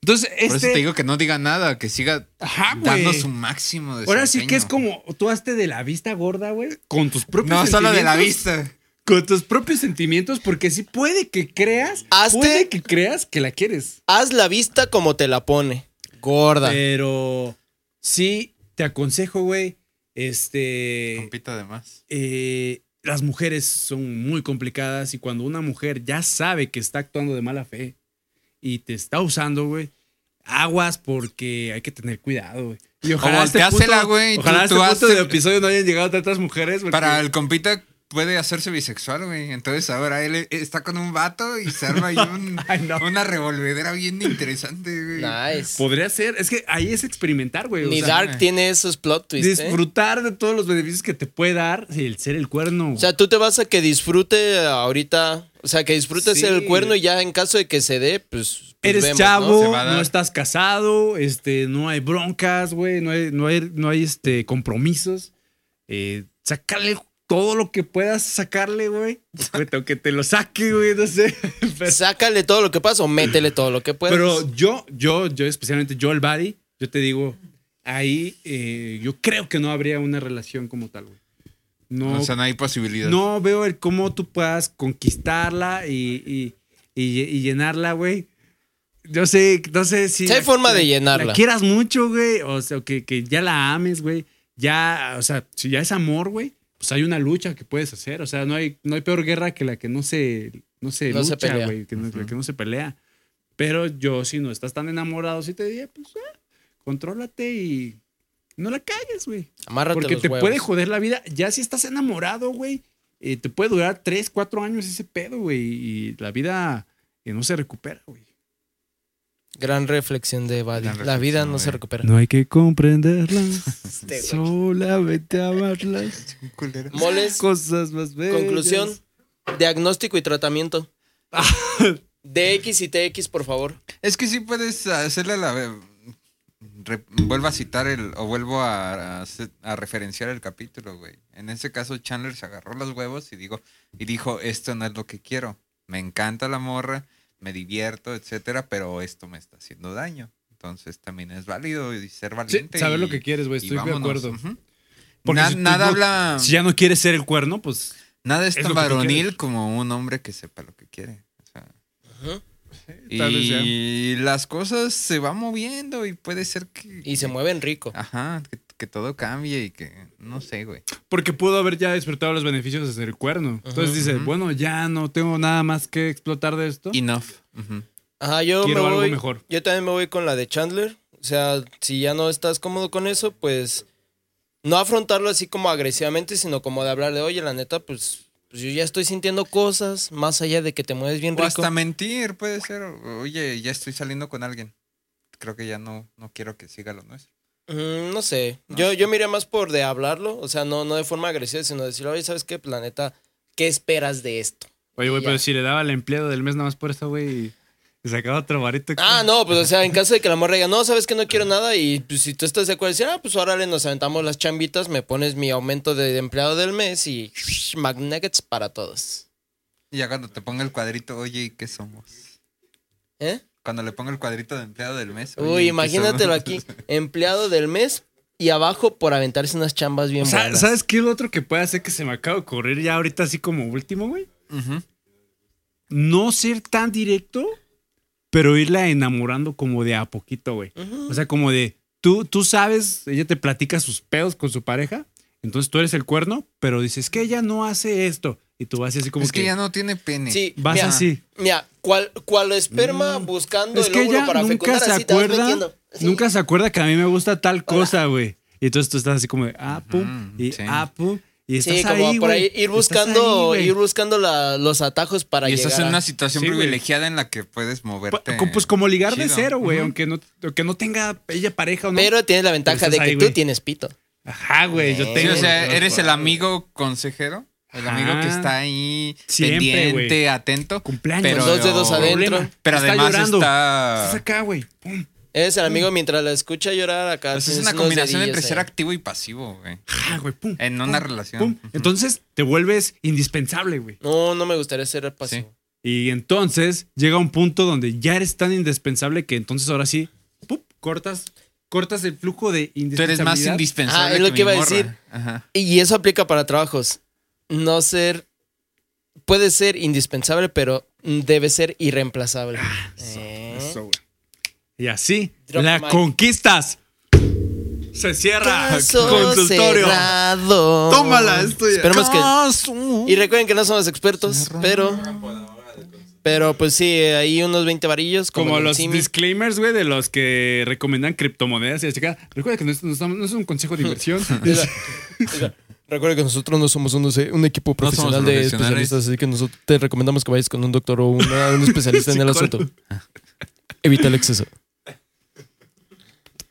Entonces, este...
Por eso te digo que no diga nada, que siga
Ajá, güey.
dando su máximo de
Ahora sí que es como tú hazte de la vista gorda, güey, con tus propios
No, solo de la
sentimientos,
vista.
Con tus propios sentimientos, porque sí puede que creas,
Hazte-
puede que creas que la quieres.
Haz la vista como te la pone. Gorda.
Pero sí te aconsejo, güey, este...
Compita de más.
eh, las mujeres son muy complicadas y cuando una mujer ya sabe que está actuando de mala fe y te está usando, güey, aguas porque hay que tener cuidado, güey. Y este
O volteásela, güey, y
Ojalá
tú-
este
tú
punto
hazte-
de episodio no hayan llegado tantas mujeres. porque-
Para el compita puede hacerse bisexual, güey. Entonces ahora él e, está con un vato y se arma ahí un-
*laughs* Ay, no.
una revolvedera bien interesante, güey.
Nice.
Podría ser. Es que ahí es experimentar, güey. Pues, o
Ni
sea,
Dark
eh.
tiene esos plot twists. ¿eh?
disfrutar de todos los beneficios que te puede dar el ser el cuerno.
O sea, tú te vas a que disfrute ahorita. O sea, que disfrutes
Sí.
el cuerno y ya en caso de que se dé, pues. pues
Eres
vemos, ¿no?
chavo,
Se va a
¿no?
dar.
estás casado, este, no hay broncas, güey, no hay, no hay, no hay este, compromisos. Eh, sacarle todo lo que puedas
*laughs*
sacarle, güey. Güey, tengo que te lo saque, güey, no sé. Pero,
Sácale todo lo que pasa o métele todo lo que
Pues
puedas.
pero yo, yo, yo, especialmente yo, el body, yo te digo, ahí eh, yo creo que no habría una relación como tal, güey. No,
O sea, no hay posibilidad.
no veo el cómo tú puedas conquistarla y, y- y- y llenarla, güey. Yo sé, no sé si.
Sí, hay forma de llenarla.
La quieras mucho, güey. O sea, que, que ya la ames, güey. Ya, o sea, si ya es amor, güey, pues hay una lucha que puedes hacer. O sea, no hay, no hay peor guerra que la que no se, no se
No se
lucha,
pelea.
güey. Que no, la que no se pelea. Pero yo, si no estás tan enamorado, sí te diría, pues, ah, contrólate y no la calles, güey.
Amárrate
Porque
los
te
huevos.
puede joder la vida. Ya si estás enamorado, güey, eh, te puede durar 3, 4 años ese pedo, güey. Y la vida eh, no se recupera, güey.
Gran reflexión de Buddy.
Gran
la vida
reflexión,
no se
güey.
recupera. Este,
No hay
*laughs*
que comprenderlas. solamente amarlas.
Moles,
Cosas más bellas.
conclusión, diagnóstico y
*laughs*
tratamiento. DX y TX, por favor.
Es que sí puedes hacerle la. re- vuelvo a citar el. O vuelvo a, a hacer- a referenciar el capítulo, güey. En ese caso, Chandler se agarró los huevos y, digo, y dijo: Esto no es lo que quiero. Me encanta la morra, me divierto, etcétera, pero esto me está haciendo daño. Entonces también es válido y ser
Sí,
valiente.
saber
y-
lo que quieres, güey.
y
Estoy de
vámonos.
acuerdo.
Ujú.
Porque
Na-
si tú
nada
no-
habla.
Si ya no quieres ser el cuerno, pues.
Nada es
Es
tan
lo que tú
varonil
quieres.
como un hombre que sepa lo que quiere. O sea,
tal vez sea.
y las cosas se van moviendo y puede ser que.
Y se
que-
mueven rico.
Ajá, que, que todo cambie y que. No sé, güey.
Porque pudo haber ya disfrutado los beneficios de ser el cuerno. Entonces
Ajá.
dices,
Ujú.
bueno, ya no tengo nada más que explotar de esto.
Enough. Ujú.
Ajá, yo
Quiero
me
algo
voy-
mejor.
Yo también me voy con la de Chandler. O sea, si ya no estás cómodo con eso, pues no afrontarlo así como agresivamente, sino como de hablar de, oye, la neta, pues, pues yo ya estoy sintiendo cosas más allá de que te mueves bien
O
rico.
hasta mentir, puede ser. o- Oye, ya estoy saliendo con alguien. Creo que ya no, no quiero que siga lo nuestro.
Mm, no sé. Yo, yo me iría más por de hablarlo, o sea, no, no de forma agresiva, sino decir, oye, ¿sabes qué, planeta? ¿Qué esperas de esto?
Oye, güey,
Y ya.
pero si le daba el empleo del mes nada más por eso, güey, y sacaba otro varito.
Ah, no, pues o sea, en caso de que la morra diga, no, sabes que no quiero nada, y pues, si tú estás de acuerdo, decir, ah, pues órale, nos aventamos las chambitas, me pones mi aumento de empleado del mes y *laughs* McNuggets para todos.
Y ya cuando te ponga el cuadrito, oye, ¿y qué somos?
¿Eh?
Cuando le ponga el cuadrito de empleado del mes. oye, ¿y
Uy,
qué
imagínatelo
somos?
aquí, empleado del mes y abajo por aventarse unas chambas bien
O sea,
buenas.
¿Sabes qué es lo otro que puede hacer que se me acaba de ocurrir ya ahorita así como último, güey?
Ujú.
No ser tan directo, pero irla enamorando como de a poquito, güey.
Ujú.
O sea, como de, tú, tú sabes, ella te platica sus pedos con su pareja, entonces tú eres el cuerno, pero dices que ella no hace esto. Y tú vas así como
Es que, ya no tiene pene.
Sí,
vas
mira,
así.
Mira, cual, cual esperma
Mm.
buscando
Es
el
que
óvulo
ella
para
nunca
fecundar,
se
así te vas
acuerda,
metiendo. Así.
nunca se acuerda que a mí me gusta tal cosa, güey. Y entonces tú estás así como de, ah, pum,
Ujú,
y
sí.
ah, pum. Y
Sí,
estás
como
ahí,
por
güey.
ahí ir
Estás
buscando,
ahí, güey.
ir buscando la- los atajos para
Y
llegar.
estás en
a-
una situación
Sí, güey.
privilegiada en la que puedes
Pa-
moverte.
co- Pues como ligar de
chido.
cero, güey.
Ujú.
Aunque no, aunque no tenga ella pareja o no.
Pero tienes la ventaja
estás
de que
ahí,
tú
güey.
tienes pito.
Ajá, güey. Yo
Sí,
Sí,
tengo.
o sea,
güey.
eres el amigo consejero, el
Ajá.
amigo que está ahí
Siempre,
pendiente,
güey.
atento.
Cumpleaños.
Pero-
Con dos dedos adentro.
Problema.
Pero
Está
además
llorando. Estás
está.
acá, güey. Pum.
Eres el amigo mientras la escucha llorar acá.
pues es
tienes
una
unos
combinación entre
dedillos
ser
ahí.
activo y pasivo, güey.
Ajá, güey. Pum.
En
pum,
una relación.
pum.
Ujú.
Entonces te vuelves indispensable, güey.
No, no me gustaría ser pasivo.
Y entonces llega un punto donde ya eres tan indispensable que entonces ahora sí, ¡pup! cortas, cortas el flujo de
Tú eres
indispensabilidad.
más indispensable.
Ah, es lo que
mi
iba a
morra.
decir.
Ajá.
Y eso aplica para trabajos. No ser. Puede ser indispensable, pero debe ser irreemplazable. Eh.
Eso, güey. Y así
Drop
la
the mic.
conquistas. Se cierra
Caso
consultorio.
cerrado.
Tómala, esto ya.
Esperemos que. Y recuerden que no somos expertos, pero. Pero pues sí, hay unos 20 varillos. Como,
Como
en el
los
Simi.
disclaimers, güey, de los que recomiendan criptomonedas y la chica. Recuerda que no es, no estamos- no es un consejo de
*laughs*
inversión. Es-
Recuerda que nosotros no somos un, un equipo profesional
somos
de
profesionales.
especialistas, así que nosotros te recomendamos que vayas con un doctor o una-
*laughs*
un especialista en el asunto. *laughs* Evita el exceso.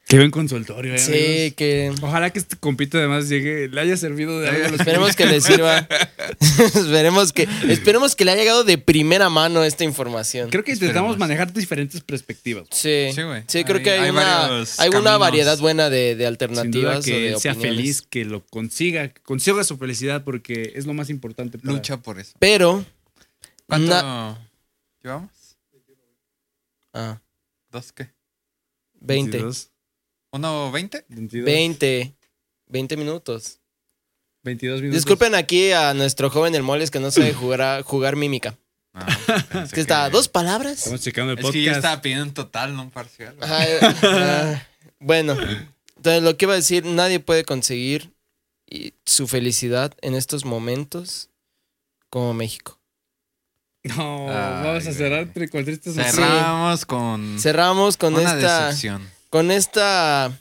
Qué buen consultorio, eh,
Sí,
amigos.
que.
Ojalá que este compito además llegue, le haya servido de algo a los
Esperemos que le sirva. *laughs* esperemos, que, esperemos que le haya llegado de primera mano esta información.
Creo que intentamos manejar diferentes perspectivas.
Sí,
Sí, güey.
sí, creo
Hay-
que hay,
hay
una,
varios
hay una
caminos.
variedad buena de, de
Sin duda
alternativas. o
que
de
sea
opiniones.
feliz, que lo consiga, que consiga su felicidad porque es lo más importante. para-
Lucha por eso.
Pero.
¿Cuánto
na-
llevamos?
ah,
¿Dos qué?
20.
22,
¿Uno veinte?
22,
20. 20 minutos.
22 minutos.
Disculpen aquí a nuestro joven el Moles que
*clears throat*
no sabe jugar, a- jugar mímica.
*laughs*
No,
Es
pensé
que está a dos palabras.
Estamos checando el
Es
podcast.
que yo estaba pidiendo un total, no un parcial. güey.
Ajá, eh, ah, bueno, entonces lo que iba a decir, nadie puede conseguir y- su felicidad en estos momentos como México.
No,
Ay,
vamos a
güey.
cerrar tri- con tristes
Cerra-
noticias.
Cerramos con
Cerramos con
Mm. una
esta...
decepción.
con esta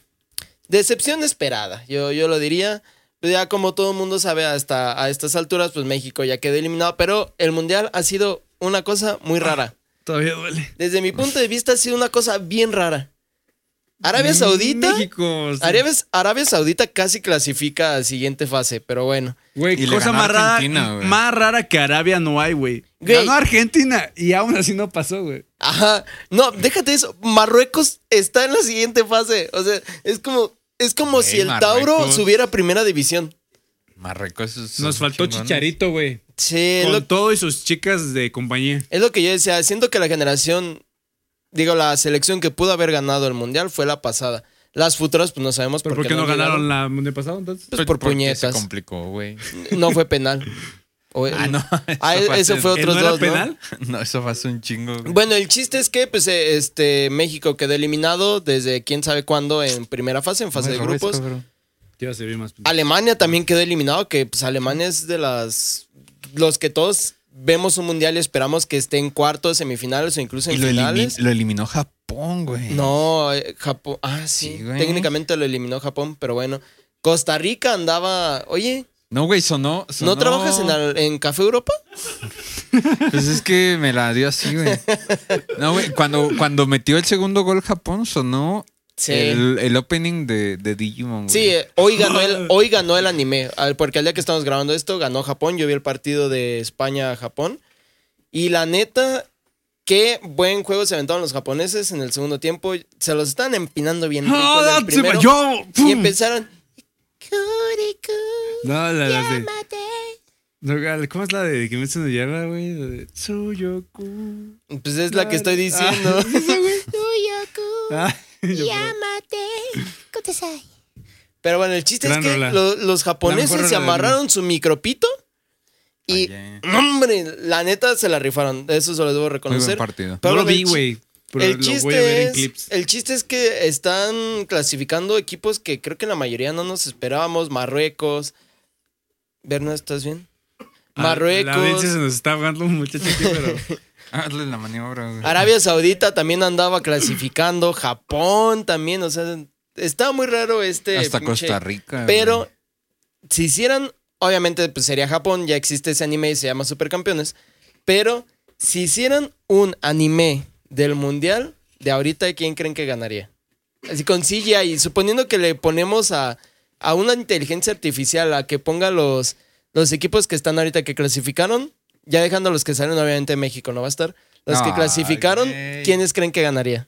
decepción esperada, yo, yo lo diría. Pues Ya como todo el mundo sabe hasta a estas alturas, pues México ya quedó eliminado, pero el Mundial ha sido una cosa muy rara.
Todavía duele.
Desde mi punto de vista ha sido una cosa bien rara. Arabia Saudita,
México. sí.
Arabia, Arabia Saudita casi clasifica a siguiente fase, pero bueno.
Güey,
Y le
cosa
ganó
más rara,
Argentina, güey.
más rara que Arabia no hay, güey.
Güey.
Ganó Argentina y aún así no pasó, güey.
Ajá, no, déjate eso, Marruecos está en la siguiente fase, o sea, es como es como
Güey,
si el Tauro
Marruecos.
subiera a primera división.
Marruecos. esos
Nos
son
faltó
chingones.
Chicharito, güey.
Sí,
Con
Eh, lo-
todo y sus chicas de compañía.
Es lo que yo decía, siento que la generación, digo, la selección que pudo haber ganado el Mundial fue la pasada. Las futuras, pues no sabemos
¿Pero por qué no ganaron la mundial pasado entonces?
Pues por
Porque Se
puñetas.
complicó, güey.
No fue penal.
*laughs*
O-
Ah, no.
Ah,
eso fue
eso
hace-
fue
¿Eh,
otros
¿No era
dos, ¿no?
penal?
*laughs* No, eso fue hace un chingo. güey.
Bueno, el chiste es que pues eh, este México quedó eliminado desde quién sabe cuándo en primera fase, en fase de grupos.
Yo se vi más.
Alemania también quedó eliminado, que pues Alemania es de las los que todos vemos un mundial y esperamos que esté en cuartos, semifinales o incluso
y
en
lo, elimi-
finales.
lo eliminó Japón, güey.
No, eh, Japón. Ah, sí.
Sí, güey.
Técnicamente lo eliminó Japón, pero bueno. Costa Rica andaba. Oye,
No, güey, sonó, sonó-
¿no trabajas en, al- en Café Europa?
Pues es que me la dio así, güey. No, güey, cuando, cuando metió el segundo gol Japón, sonó
Sí.
el, el opening de, de Digimon, güey.
Sí, eh, hoy ganó el, hoy ganó el anime. al- Porque al día que estamos grabando esto, ganó Japón. Yo vi el partido de España a Japón. Y la neta, qué buen juego se aventaron los japoneses en el segundo tiempo. Se los están empinando bien. rico en el primero,
Ah, yo.
y
¡pum!
empezaron. "Kuriku,
No, la, la de.
yamate".
no, gal- ¿Cómo es la de Kimetsu no Yaiba, güey? La de Tsuyoku.
Pues es la que estoy diciendo.
Ah, *laughs* ¿es esa, güey? Ah, yo-
Pero bueno, el chiste
Gran
es que
rola.
lo- los
La mejor
japoneses se
rola del eh.
amarraron su micropito y,
Oye.
hombre, la neta se la rifaron. Eso se lo debo
Muy
reconocer.
buen partido.
no
Pero
lo
el
vi,
chi-
güey. Pero
El
lo voy a ver
chiste,
en clips.
es, el chiste es que están clasificando equipos que creo que la mayoría no nos esperábamos. Marruecos. Berna, ¿estás bien?
Ah, La audiencia se
Marruecos.
nos está ahogando un muchacho aquí, pero. *laughs*
Ah, Hazle la maniobra, güey.
Arabia Saudita también andaba clasificando. Japón también. O sea, está muy raro este.
Hasta
pinche-
Costa Rica. güey.
Pero si hicieran Obviamente, pues sería Japón, ya existe ese anime y se llama Supercampeones. Pero si hicieran un anime del mundial de ahorita, ¿quién creen que ganaría? Así con CGI, suponiendo que le ponemos a, a una inteligencia artificial a que ponga los, los equipos que están ahorita que clasificaron, ya dejando los que salen, obviamente México no va a estar. Los que
Ay,
clasificaron,
güey.
¿quiénes creen que ganaría?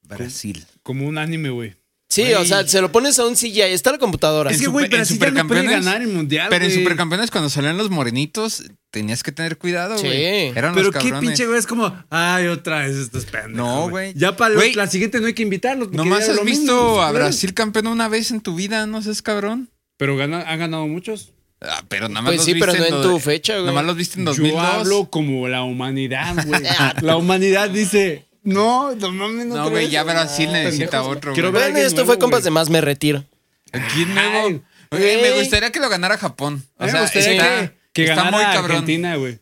Brasil.
Como un anime, güey.
Sí, o sea, se lo pones a un CGI, está la computadora.
Es que,
super-
güey,
en
Brasil ya no puede
Supercampeones-
ganar el mundial,
Pero en
güey.
Supercampeones, cuando salían los morenitos, tenías que tener cuidado,
Sí.
güey. Eran
Pero
los
qué
cabrones.
pinche, güey, es como, ay, otra vez estos pendejos.
No, güey.
Ya para
Güey.
la siguiente no hay que invitarlos. porque
Nomás
ya
has
lo mismo, pues,
visto a
güey.
Brasil campeón una vez en tu vida, no seas cabrón.
Pero gana- han ganado muchos.
Ah, pero nada más
Pues
los
sí, pero
viste
no en
do-
tu fecha, güey.
Nada más los viste en
Yo
2002.
hablo como
*laughs*
la humanidad, güey. la humanidad dice, no, no mames, no
No, güey,
crees".
ya Brasil necesita
pendejos,
otro,
Quiero
güey.
Bueno,
alguien
esto
nuevo,
fue compas
güey.
de más, me retiro.
Aquí nuevo.
Ay,
Güey, me
güey.
gustaría que lo ganara Japón.
A
O
mí me
sea,
gustaría
está,
Eh, que, que
está
ganara
muy cabrón.
Argentina, güey.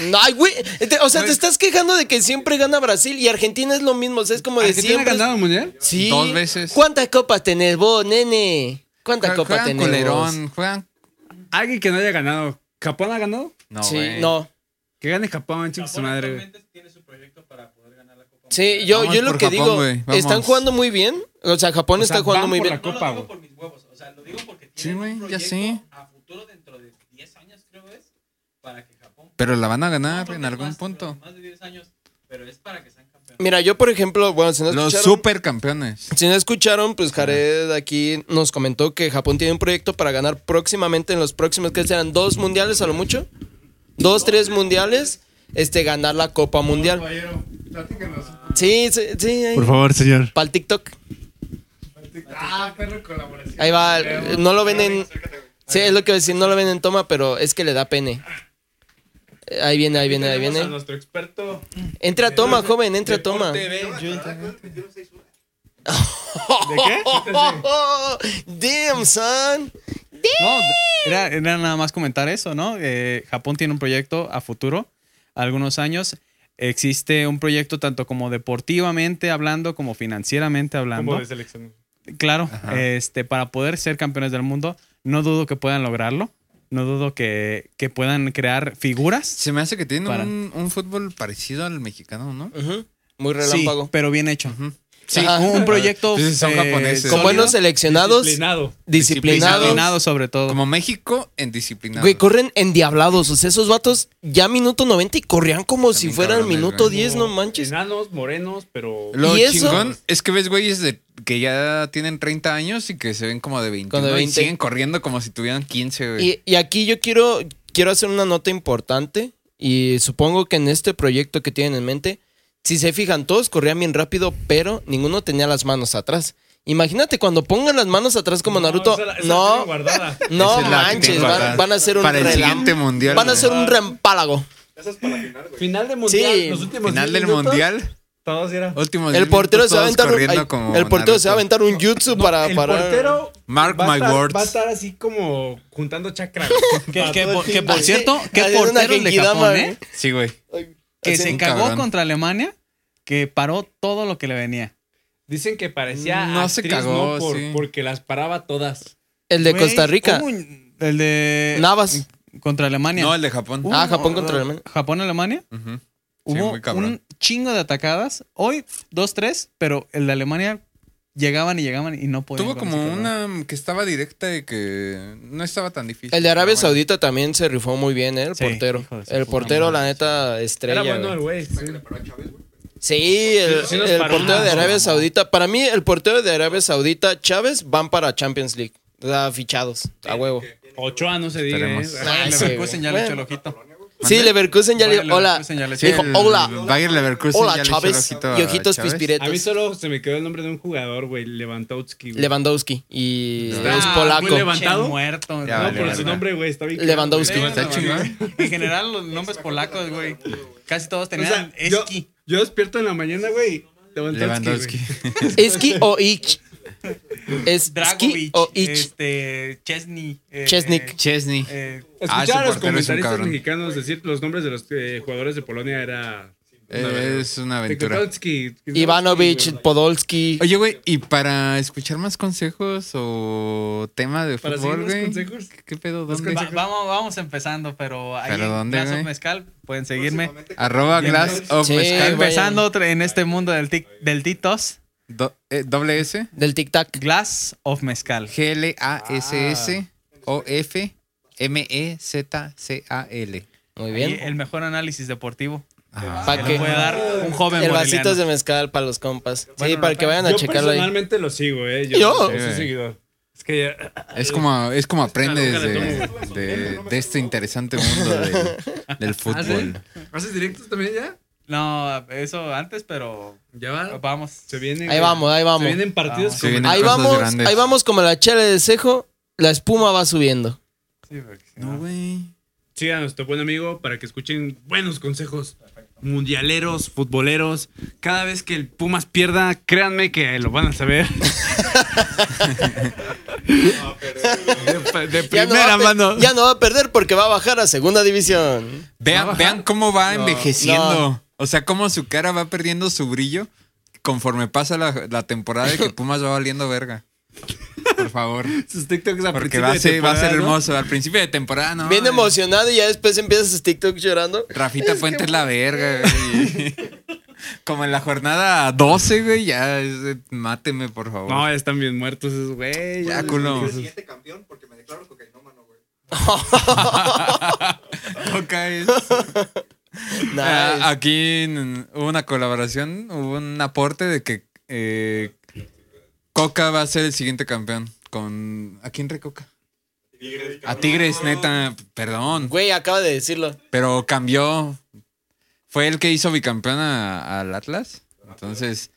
No, ay, güey. te- O sea, te
Güey.
estás quejando de que siempre gana Brasil y Argentina es lo mismo. O sea, es como de
¿Argentina
pues,
ha
siempre.
ganado el mundial?
Sí.
Dos veces.
¿Cuántas copas tenés vos, nene? ¿Cuántas
Juegan,
copas tenés? vos?
culerón, juegan.
Alguien que no haya ganado. ¿Japón ha ganado?
No,
sí,
güey.
no.
Que gane Japón, chicos, su
Japón
madre, güey.
actualmente tiene su proyecto para poder ganar la Copa
Sí,
Mundial.
yo,
Vamos
yo lo
por
que
Japón,
digo,
güey, vamos.
están jugando muy bien. O sea, Japón
O sea,
está jugando
van
muy
por
bien.
la- Copa,
no
güey.
lo digo por mis huevos, o sea, lo digo porque
Sí,
tienen
güey,
un
ya
proyecto
sé.
a futuro dentro de 10 años, creo es, para que Japón...
Pero la van a ganar
No,
en
no,
algún
más,
punto.
Más de 10 años, pero es para que sean campeones.
Mira, yo, por ejemplo, bueno, si no
Los
escucharon-
supercampeones.
Si no escucharon, pues Jared aquí nos comentó que Japón tiene un proyecto para ganar próximamente en los próximos, que serán dos mundiales a lo mucho. Dos, tres mundiales, este, ganar la Copa Mundial.
Caballero, platícanos.
Sí, sí, sí. Ahí.
Por favor, señor.
Para el TikTok.
Ah, perro colaboración.
Ahí va. No lo ven en. Sí, es lo que voy a decir, no lo ven en toma, pero es que le da pene. Eh, Ahí viene, ahí viene, ahí
Tenemos A
viene.
nuestro experto.
Entra a toma, joven, entra a toma.
Deporte B, Jun.
*laughs* Damn, son.
No, era, era nada más comentar eso, ¿no? Eh, Japón tiene un proyecto a futuro, a algunos años. Existe un proyecto tanto como deportivamente hablando, como financieramente hablando.
Como de selección.
Claro, este, para poder ser campeones del mundo, no dudo que puedan lograrlo. No dudo que, que puedan crear figuras.
Se me hace que tienen
Para.
un, un fútbol parecido al mexicano, ¿no?
Ujú, Muy
Sí,
relámpago.
pero bien hecho. Sí,
Ajá.
un, un proyecto
Sí, son japoneses.
Con
sólido,
buenos seleccionados,
Disciplinado.
disciplinados.
disciplinado sobre todo.
Como México en disciplina.
Güey, corren endiablados. O sea, esos vatos ya minuto 90 y corrían como
También
si fueran
cabrones,
minuto
güey.
10, no manches.
Enanos, morenos, pero.
Lo
¿Y eso?
chingón es que ves güeyes de- que ya tienen 30 años y que se ven como de 21
Como de
y
20.
siguen corriendo como si tuvieran 15, güey.
Y, y aquí yo quiero, quiero hacer una nota importante. Y supongo que en este proyecto que tienen en mente, si se fijan, todos corrían bien rápido, pero ninguno tenía las manos atrás. Imagínate cuando pongan las manos atrás como Naruto.
esa la- esa la tengo
No,
*laughs*
guardada.
no
Esa es la que
manches,
tengo acá.
van, van a ser un
Para el
relam-
siguiente mundial,
Van a
güey.
ser un rempálago.
Eso es para la final, güey.
Final del mundial.
Sí.
Los últimos
Final
diez
del
minutos,
mundial.
Todos eran.
Últimos
El
10
portero
minutos,
se va a
todos
aventar un,
corriendo
ay,
como
el portero se va a
Naruto.
aventar un jutsu para
el
parar.
portero.
Mark
va a
my
estar-
words.
Va a estar así como
*laughs*
juntando chakras.
Que,
Para
que
todo el
por, que
team,
por
güey.
*laughs* cierto, qué
Haciendo una
portero el de
genkidama,
Japón,
güey.
¿eh?
Sí, güey.
Que
Así,
se
un
cagó
cabrón.
contra Alemania, que paró todo lo que le venía.
Dicen que parecía.
No se
actriz,
cagó,
¿no? Por-
sí.
Porque las paraba todas.
El de
Güey,
Costa Rica.
hubo un- el de.
Navas.
Contra Alemania.
No, el de Japón.
Hubo-
Ah, Japón contra Alemania.
Japón-Alemania.
Ujú. Sí,
Hubo
muy cabrón.
un chingo de atacadas. Hoy, dos, tres, pero el de Alemania llegaban y llegaban y no podían.
Tuvo
con
como
ese cabrón.
una que estaba directa y que no estaba tan difícil.
El de Arabia
Pero bueno.
Saudita también se rifó muy bien, ¿eh? El
Sí,
portero.
hijo de su
El
puta
portero,
madre.
la neta, estrella.
Era bueno el
güey.
güey. sí.
Sí, el,
Sí, sí nos
el
paró
portero
una
de Arabia
mamá.
Saudita. Para mí, el portero de Arabia Saudita, Chávez, van para Champions League. O sea, fichados, a huevo.
Ochoa no se diga.
Esperemos.
¿eh?
Ah,
Ay,
el
sí,
Leverkusen
güey.
ya le echó el
Bueno.
ojito.
Sí, Leverkusen ya le dijo, hola.
Leverkusen ya le
Sí,
echó.
Dijo,
el
hola.
Bayer Leverkusen
Hola,
ya le echó el
Chávez.
ojito a
Y ojitos
Chávez.
A mí
pispiretos.
solo se me quedó el nombre de un jugador, güey. Lewandowski. güey.
Lewandowski. Y
Está
es
Ah,
muy
polaco.
levant- ¿Levantado?
Che, muerto.
Ya,
No,
vale, vale,
por su
vale.
nombre.
nombre, güey, está bien.
Lewandowski.
Sí,
Está
no,
chingón.
güey. En general, los nombres polacos, güey. Casi todos
O sea,
tenían
yo,
esqui.
yo despierto en la mañana, güey. Lewandowski.
Lewandowski. *laughs*
güey.
Eski o Ich. Es Ski
Dragovic,
o Ich.
este, Chesney. eh,
Chesnik.
Chesney.
eh,
Ah,
Escuchar
ese
a los
portero es un
comentaristas
cabrón.
mexicanos decir los nombres de los eh, jugadores de Polonia era
Es una aventura.
Tchaikovsky.
Ivanovich, Podolski.
Oye, güey, y para escuchar más consejos o tema de
Para seguir
fútbol,
los
güey.
consejos.
¿Qué- ¿Qué pedo?
Los
¿Dónde?
consejos.
vamos, vamos empezando, pero ahí
¿Pero
en
dónde,
Glass of
güey?
Mezcal pueden seguirme.
Arroba
Bien,
Glass of
Sí,
Mezcal.
Eh, güey.
Empezando otra- en este mundo del, tic, del Titos,
Do- eh, doble S.
Del Tic Tac.
Glass of Mezcal.
E G-L-A-S-S-O-F-M-E-Z-C-A-L.
Muy
Y
bien.
el mejor análisis deportivo.
¿Para
que
qué?
lo puede dar un joven
El vasito
moreliano.
es de mezcal para los compas. sí,
Bueno,
para
no,
que vayan a
Yo
checarlo ahí.
personalmente lo sigo, ¿eh? Yo,
Yo.
soy su
Sí.
seguidor. Es que ya...
Es como, es como aprendes
Nunca le
de, de- de este interesante mundo del-
*laughs* ¿Ah,
del fútbol.
¿Haces directos también ya?
No, eso antes, pero
Ya va.
vamos.
Ah, Se vienen...
Ahí vamos, ahí
Se
vamos.
vienen partidos
Vamos.
Ah, Se vienen
Ahí
cosas
vamos,
grandes.
ahí vamos como la chela de cejo, la espuma va subiendo.
Sí, porque si
No,
no-
güey.
Sigan a nuestro buen amigo para que escuchen buenos consejos mundialeros, futboleros. Cada vez que el Pumas pierda, créanme que lo van a saber.
*laughs*
de, de
Ya no,
primera
va a, per-
mano.
ya no va a perder porque va a bajar a segunda división.
Vean, vean cómo va envejeciendo.
No.
O sea, cómo su cara va perdiendo su brillo conforme pasa la, la temporada y
*laughs*
que Pumas va valiendo verga. Por favor.
Sus TikToks a
Porque
principio
va a
de
ser, va a ser
temporada, ¿no?
hermoso. Al principio de temporada, no.
Bien emocionado y ya después empiezas sus TikTok llorando.
*laughs* Rafita Fuentes es la verga,
*laughs*
güey. Como en la jornada 12, güey, ya es de, máteme, por favor. *laughs*
No, ya están bien muertos esos güey.
ya,
Ya,
culo.
el siguiente campeón porque me declaro cocainómano, güey.
Coca es-
Nice.
Ah, aquí en- hubo una colaboración, hubo un aporte de que eh, Coca va a ser el siguiente campeón. Con, ¿A quién recoca? A Tigres, neta, perdón.
Güey, acaba de decirlo.
Pero cambió. Fue el que hizo bicampeón a- al Atlas. Entonces,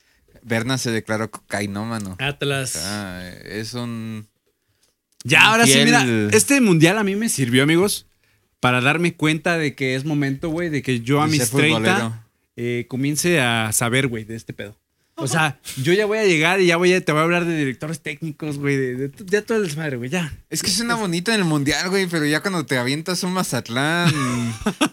Berna se declaró cocainómano.
Atlas.
Ah, es un.
Ya, ahora sí,
Fiel.
mira, este mundial a mí me sirvió, amigos, para darme cuenta de que es momento, güey, de que yo a
de
mis
ser
30
futbolero.
eh, comience a saber, güey, de este pedo.
*laughs*
O sea, yo ya voy a llegar y ya voy a, te voy a hablar de directores técnicos, güey, de, de- ya todo el desmadre, güey, ya.
Es que suena bonito en el mundial, güey, pero ya cuando te avientas un
*laughs*
Mazatlán,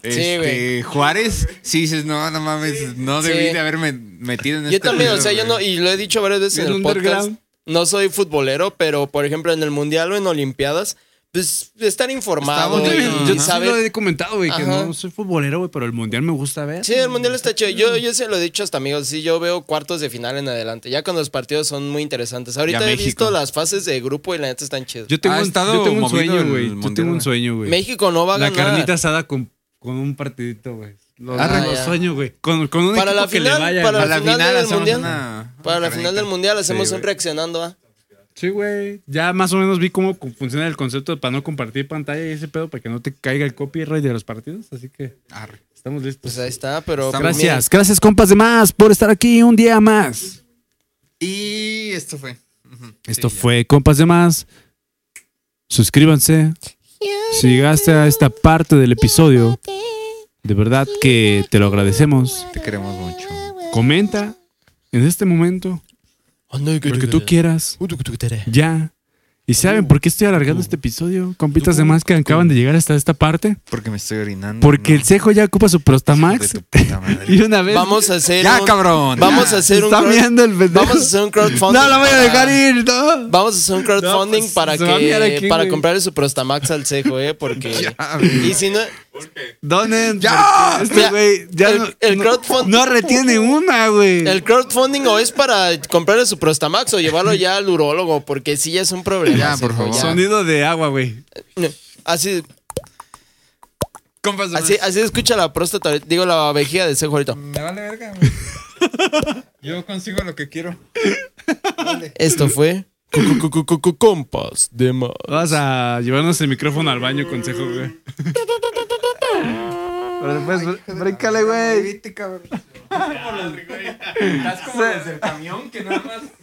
este,
güey.
Juárez, sí dices, no, no mames, no
Sí.
debí de haberme metido en
Yo
este
también, o
pedo,
sea, yo no,
güey.
y lo he dicho varias veces
El
en el podcast,
underground.
no soy futbolero, pero por ejemplo en el Mundial o en Olimpiadas, pues estar informado
Está
y,
bonito,
y
yo sí
saber.
lo he comentado, güey, que
Ajá.
no soy futbolero, güey, pero el mundial me gusta ver.
Sí, el Mundial está chido. Yo, yo se lo he dicho hasta amigos, sí, yo veo cuartos de final en adelante, ya cuando los partidos son muy interesantes. Ahorita he
México.
visto las fases de grupo y la neta están chidas.
Yo tengo,
Ha
un,
estado
yo tengo un
movido
sueño,
el
güey. Yo
mundial,
tengo un
güey.
sueño, güey.
México no va a
La
ganar.
carnita asada con, con un partidito, güey. Lo,
Arre.
lo
Ah, ya.
sueño, güey. Con, con un
Para
equipo
la
que
final,
le vaya.
para
A
güey.
la
la final
final,
del
hacemos
mundial.
una.
Para la
carnita.
final del Mundial hacemos
Sí,
un
güey.
reaccionando, ¿ah?
Sí, güey. Ya más o menos vi cómo cu- funciona el concepto para no compartir pantalla y ese pedo para que no te caiga el copyright de los partidos. Así que
Arre.
estamos listos.
Pues ahí está, pero...
Estamos-
pues, mira,
gracias, gracias compas de más por estar aquí un día más.
Y esto fue. Ujú.
Esto
Sí, ya.
fue compas de más. Suscríbanse. Si llegaste a esta parte del episodio, de verdad que te lo agradecemos.
Te queremos mucho.
Comenta en este momento lo que tú quieras. Ya. ¿Y saben por qué estoy alargando este episodio? Compitas de más que acaban de llegar hasta esta parte.
Porque me estoy orinando.
Porque el cejo ya ocupa su Prostamax. *laughs*
*laughs*
Y
Max.
una vez.
Vamos a hacer
Ya,
un-
cabrón.
Vamos a hacer un...
Está
crowd-
meando el pendejo.
Vamos a hacer un Ah. crowdfunding.
*laughs* No la voy a
para-
dejar ir, no.
Vamos a hacer un crowdfunding
No, pues,
para
se va a mirar
que
aquí,
para
güey.
comprarle su Prostamax al cejo, eh,
*laughs*
porque y si no
Donen. ¡Ya! Este
Mira,
güey. Ya
el-
no,
el
no-
crowdfunding-
No retiene una, güey.
el crowdfunding o es para comprarle su Prostamax o llevarlo ya al urólogo, porque sí ya es un problema.
Ya,
cejo,
por favor.
ya.
Sonido de agua, güey.
Así
Compas de
así así escucha la próstata, ahorita- digo la vejiga de cejo ahorita.
Me vale verga,
*laughs*
güey. Yo consigo lo que quiero.
Esto fue cu- cu- cu- cu- compas de más.
Vas a llevarnos el micrófono al baño, consejo, güey. Pero pues, bríncale, güey.
Estás como desde el camión que nada más.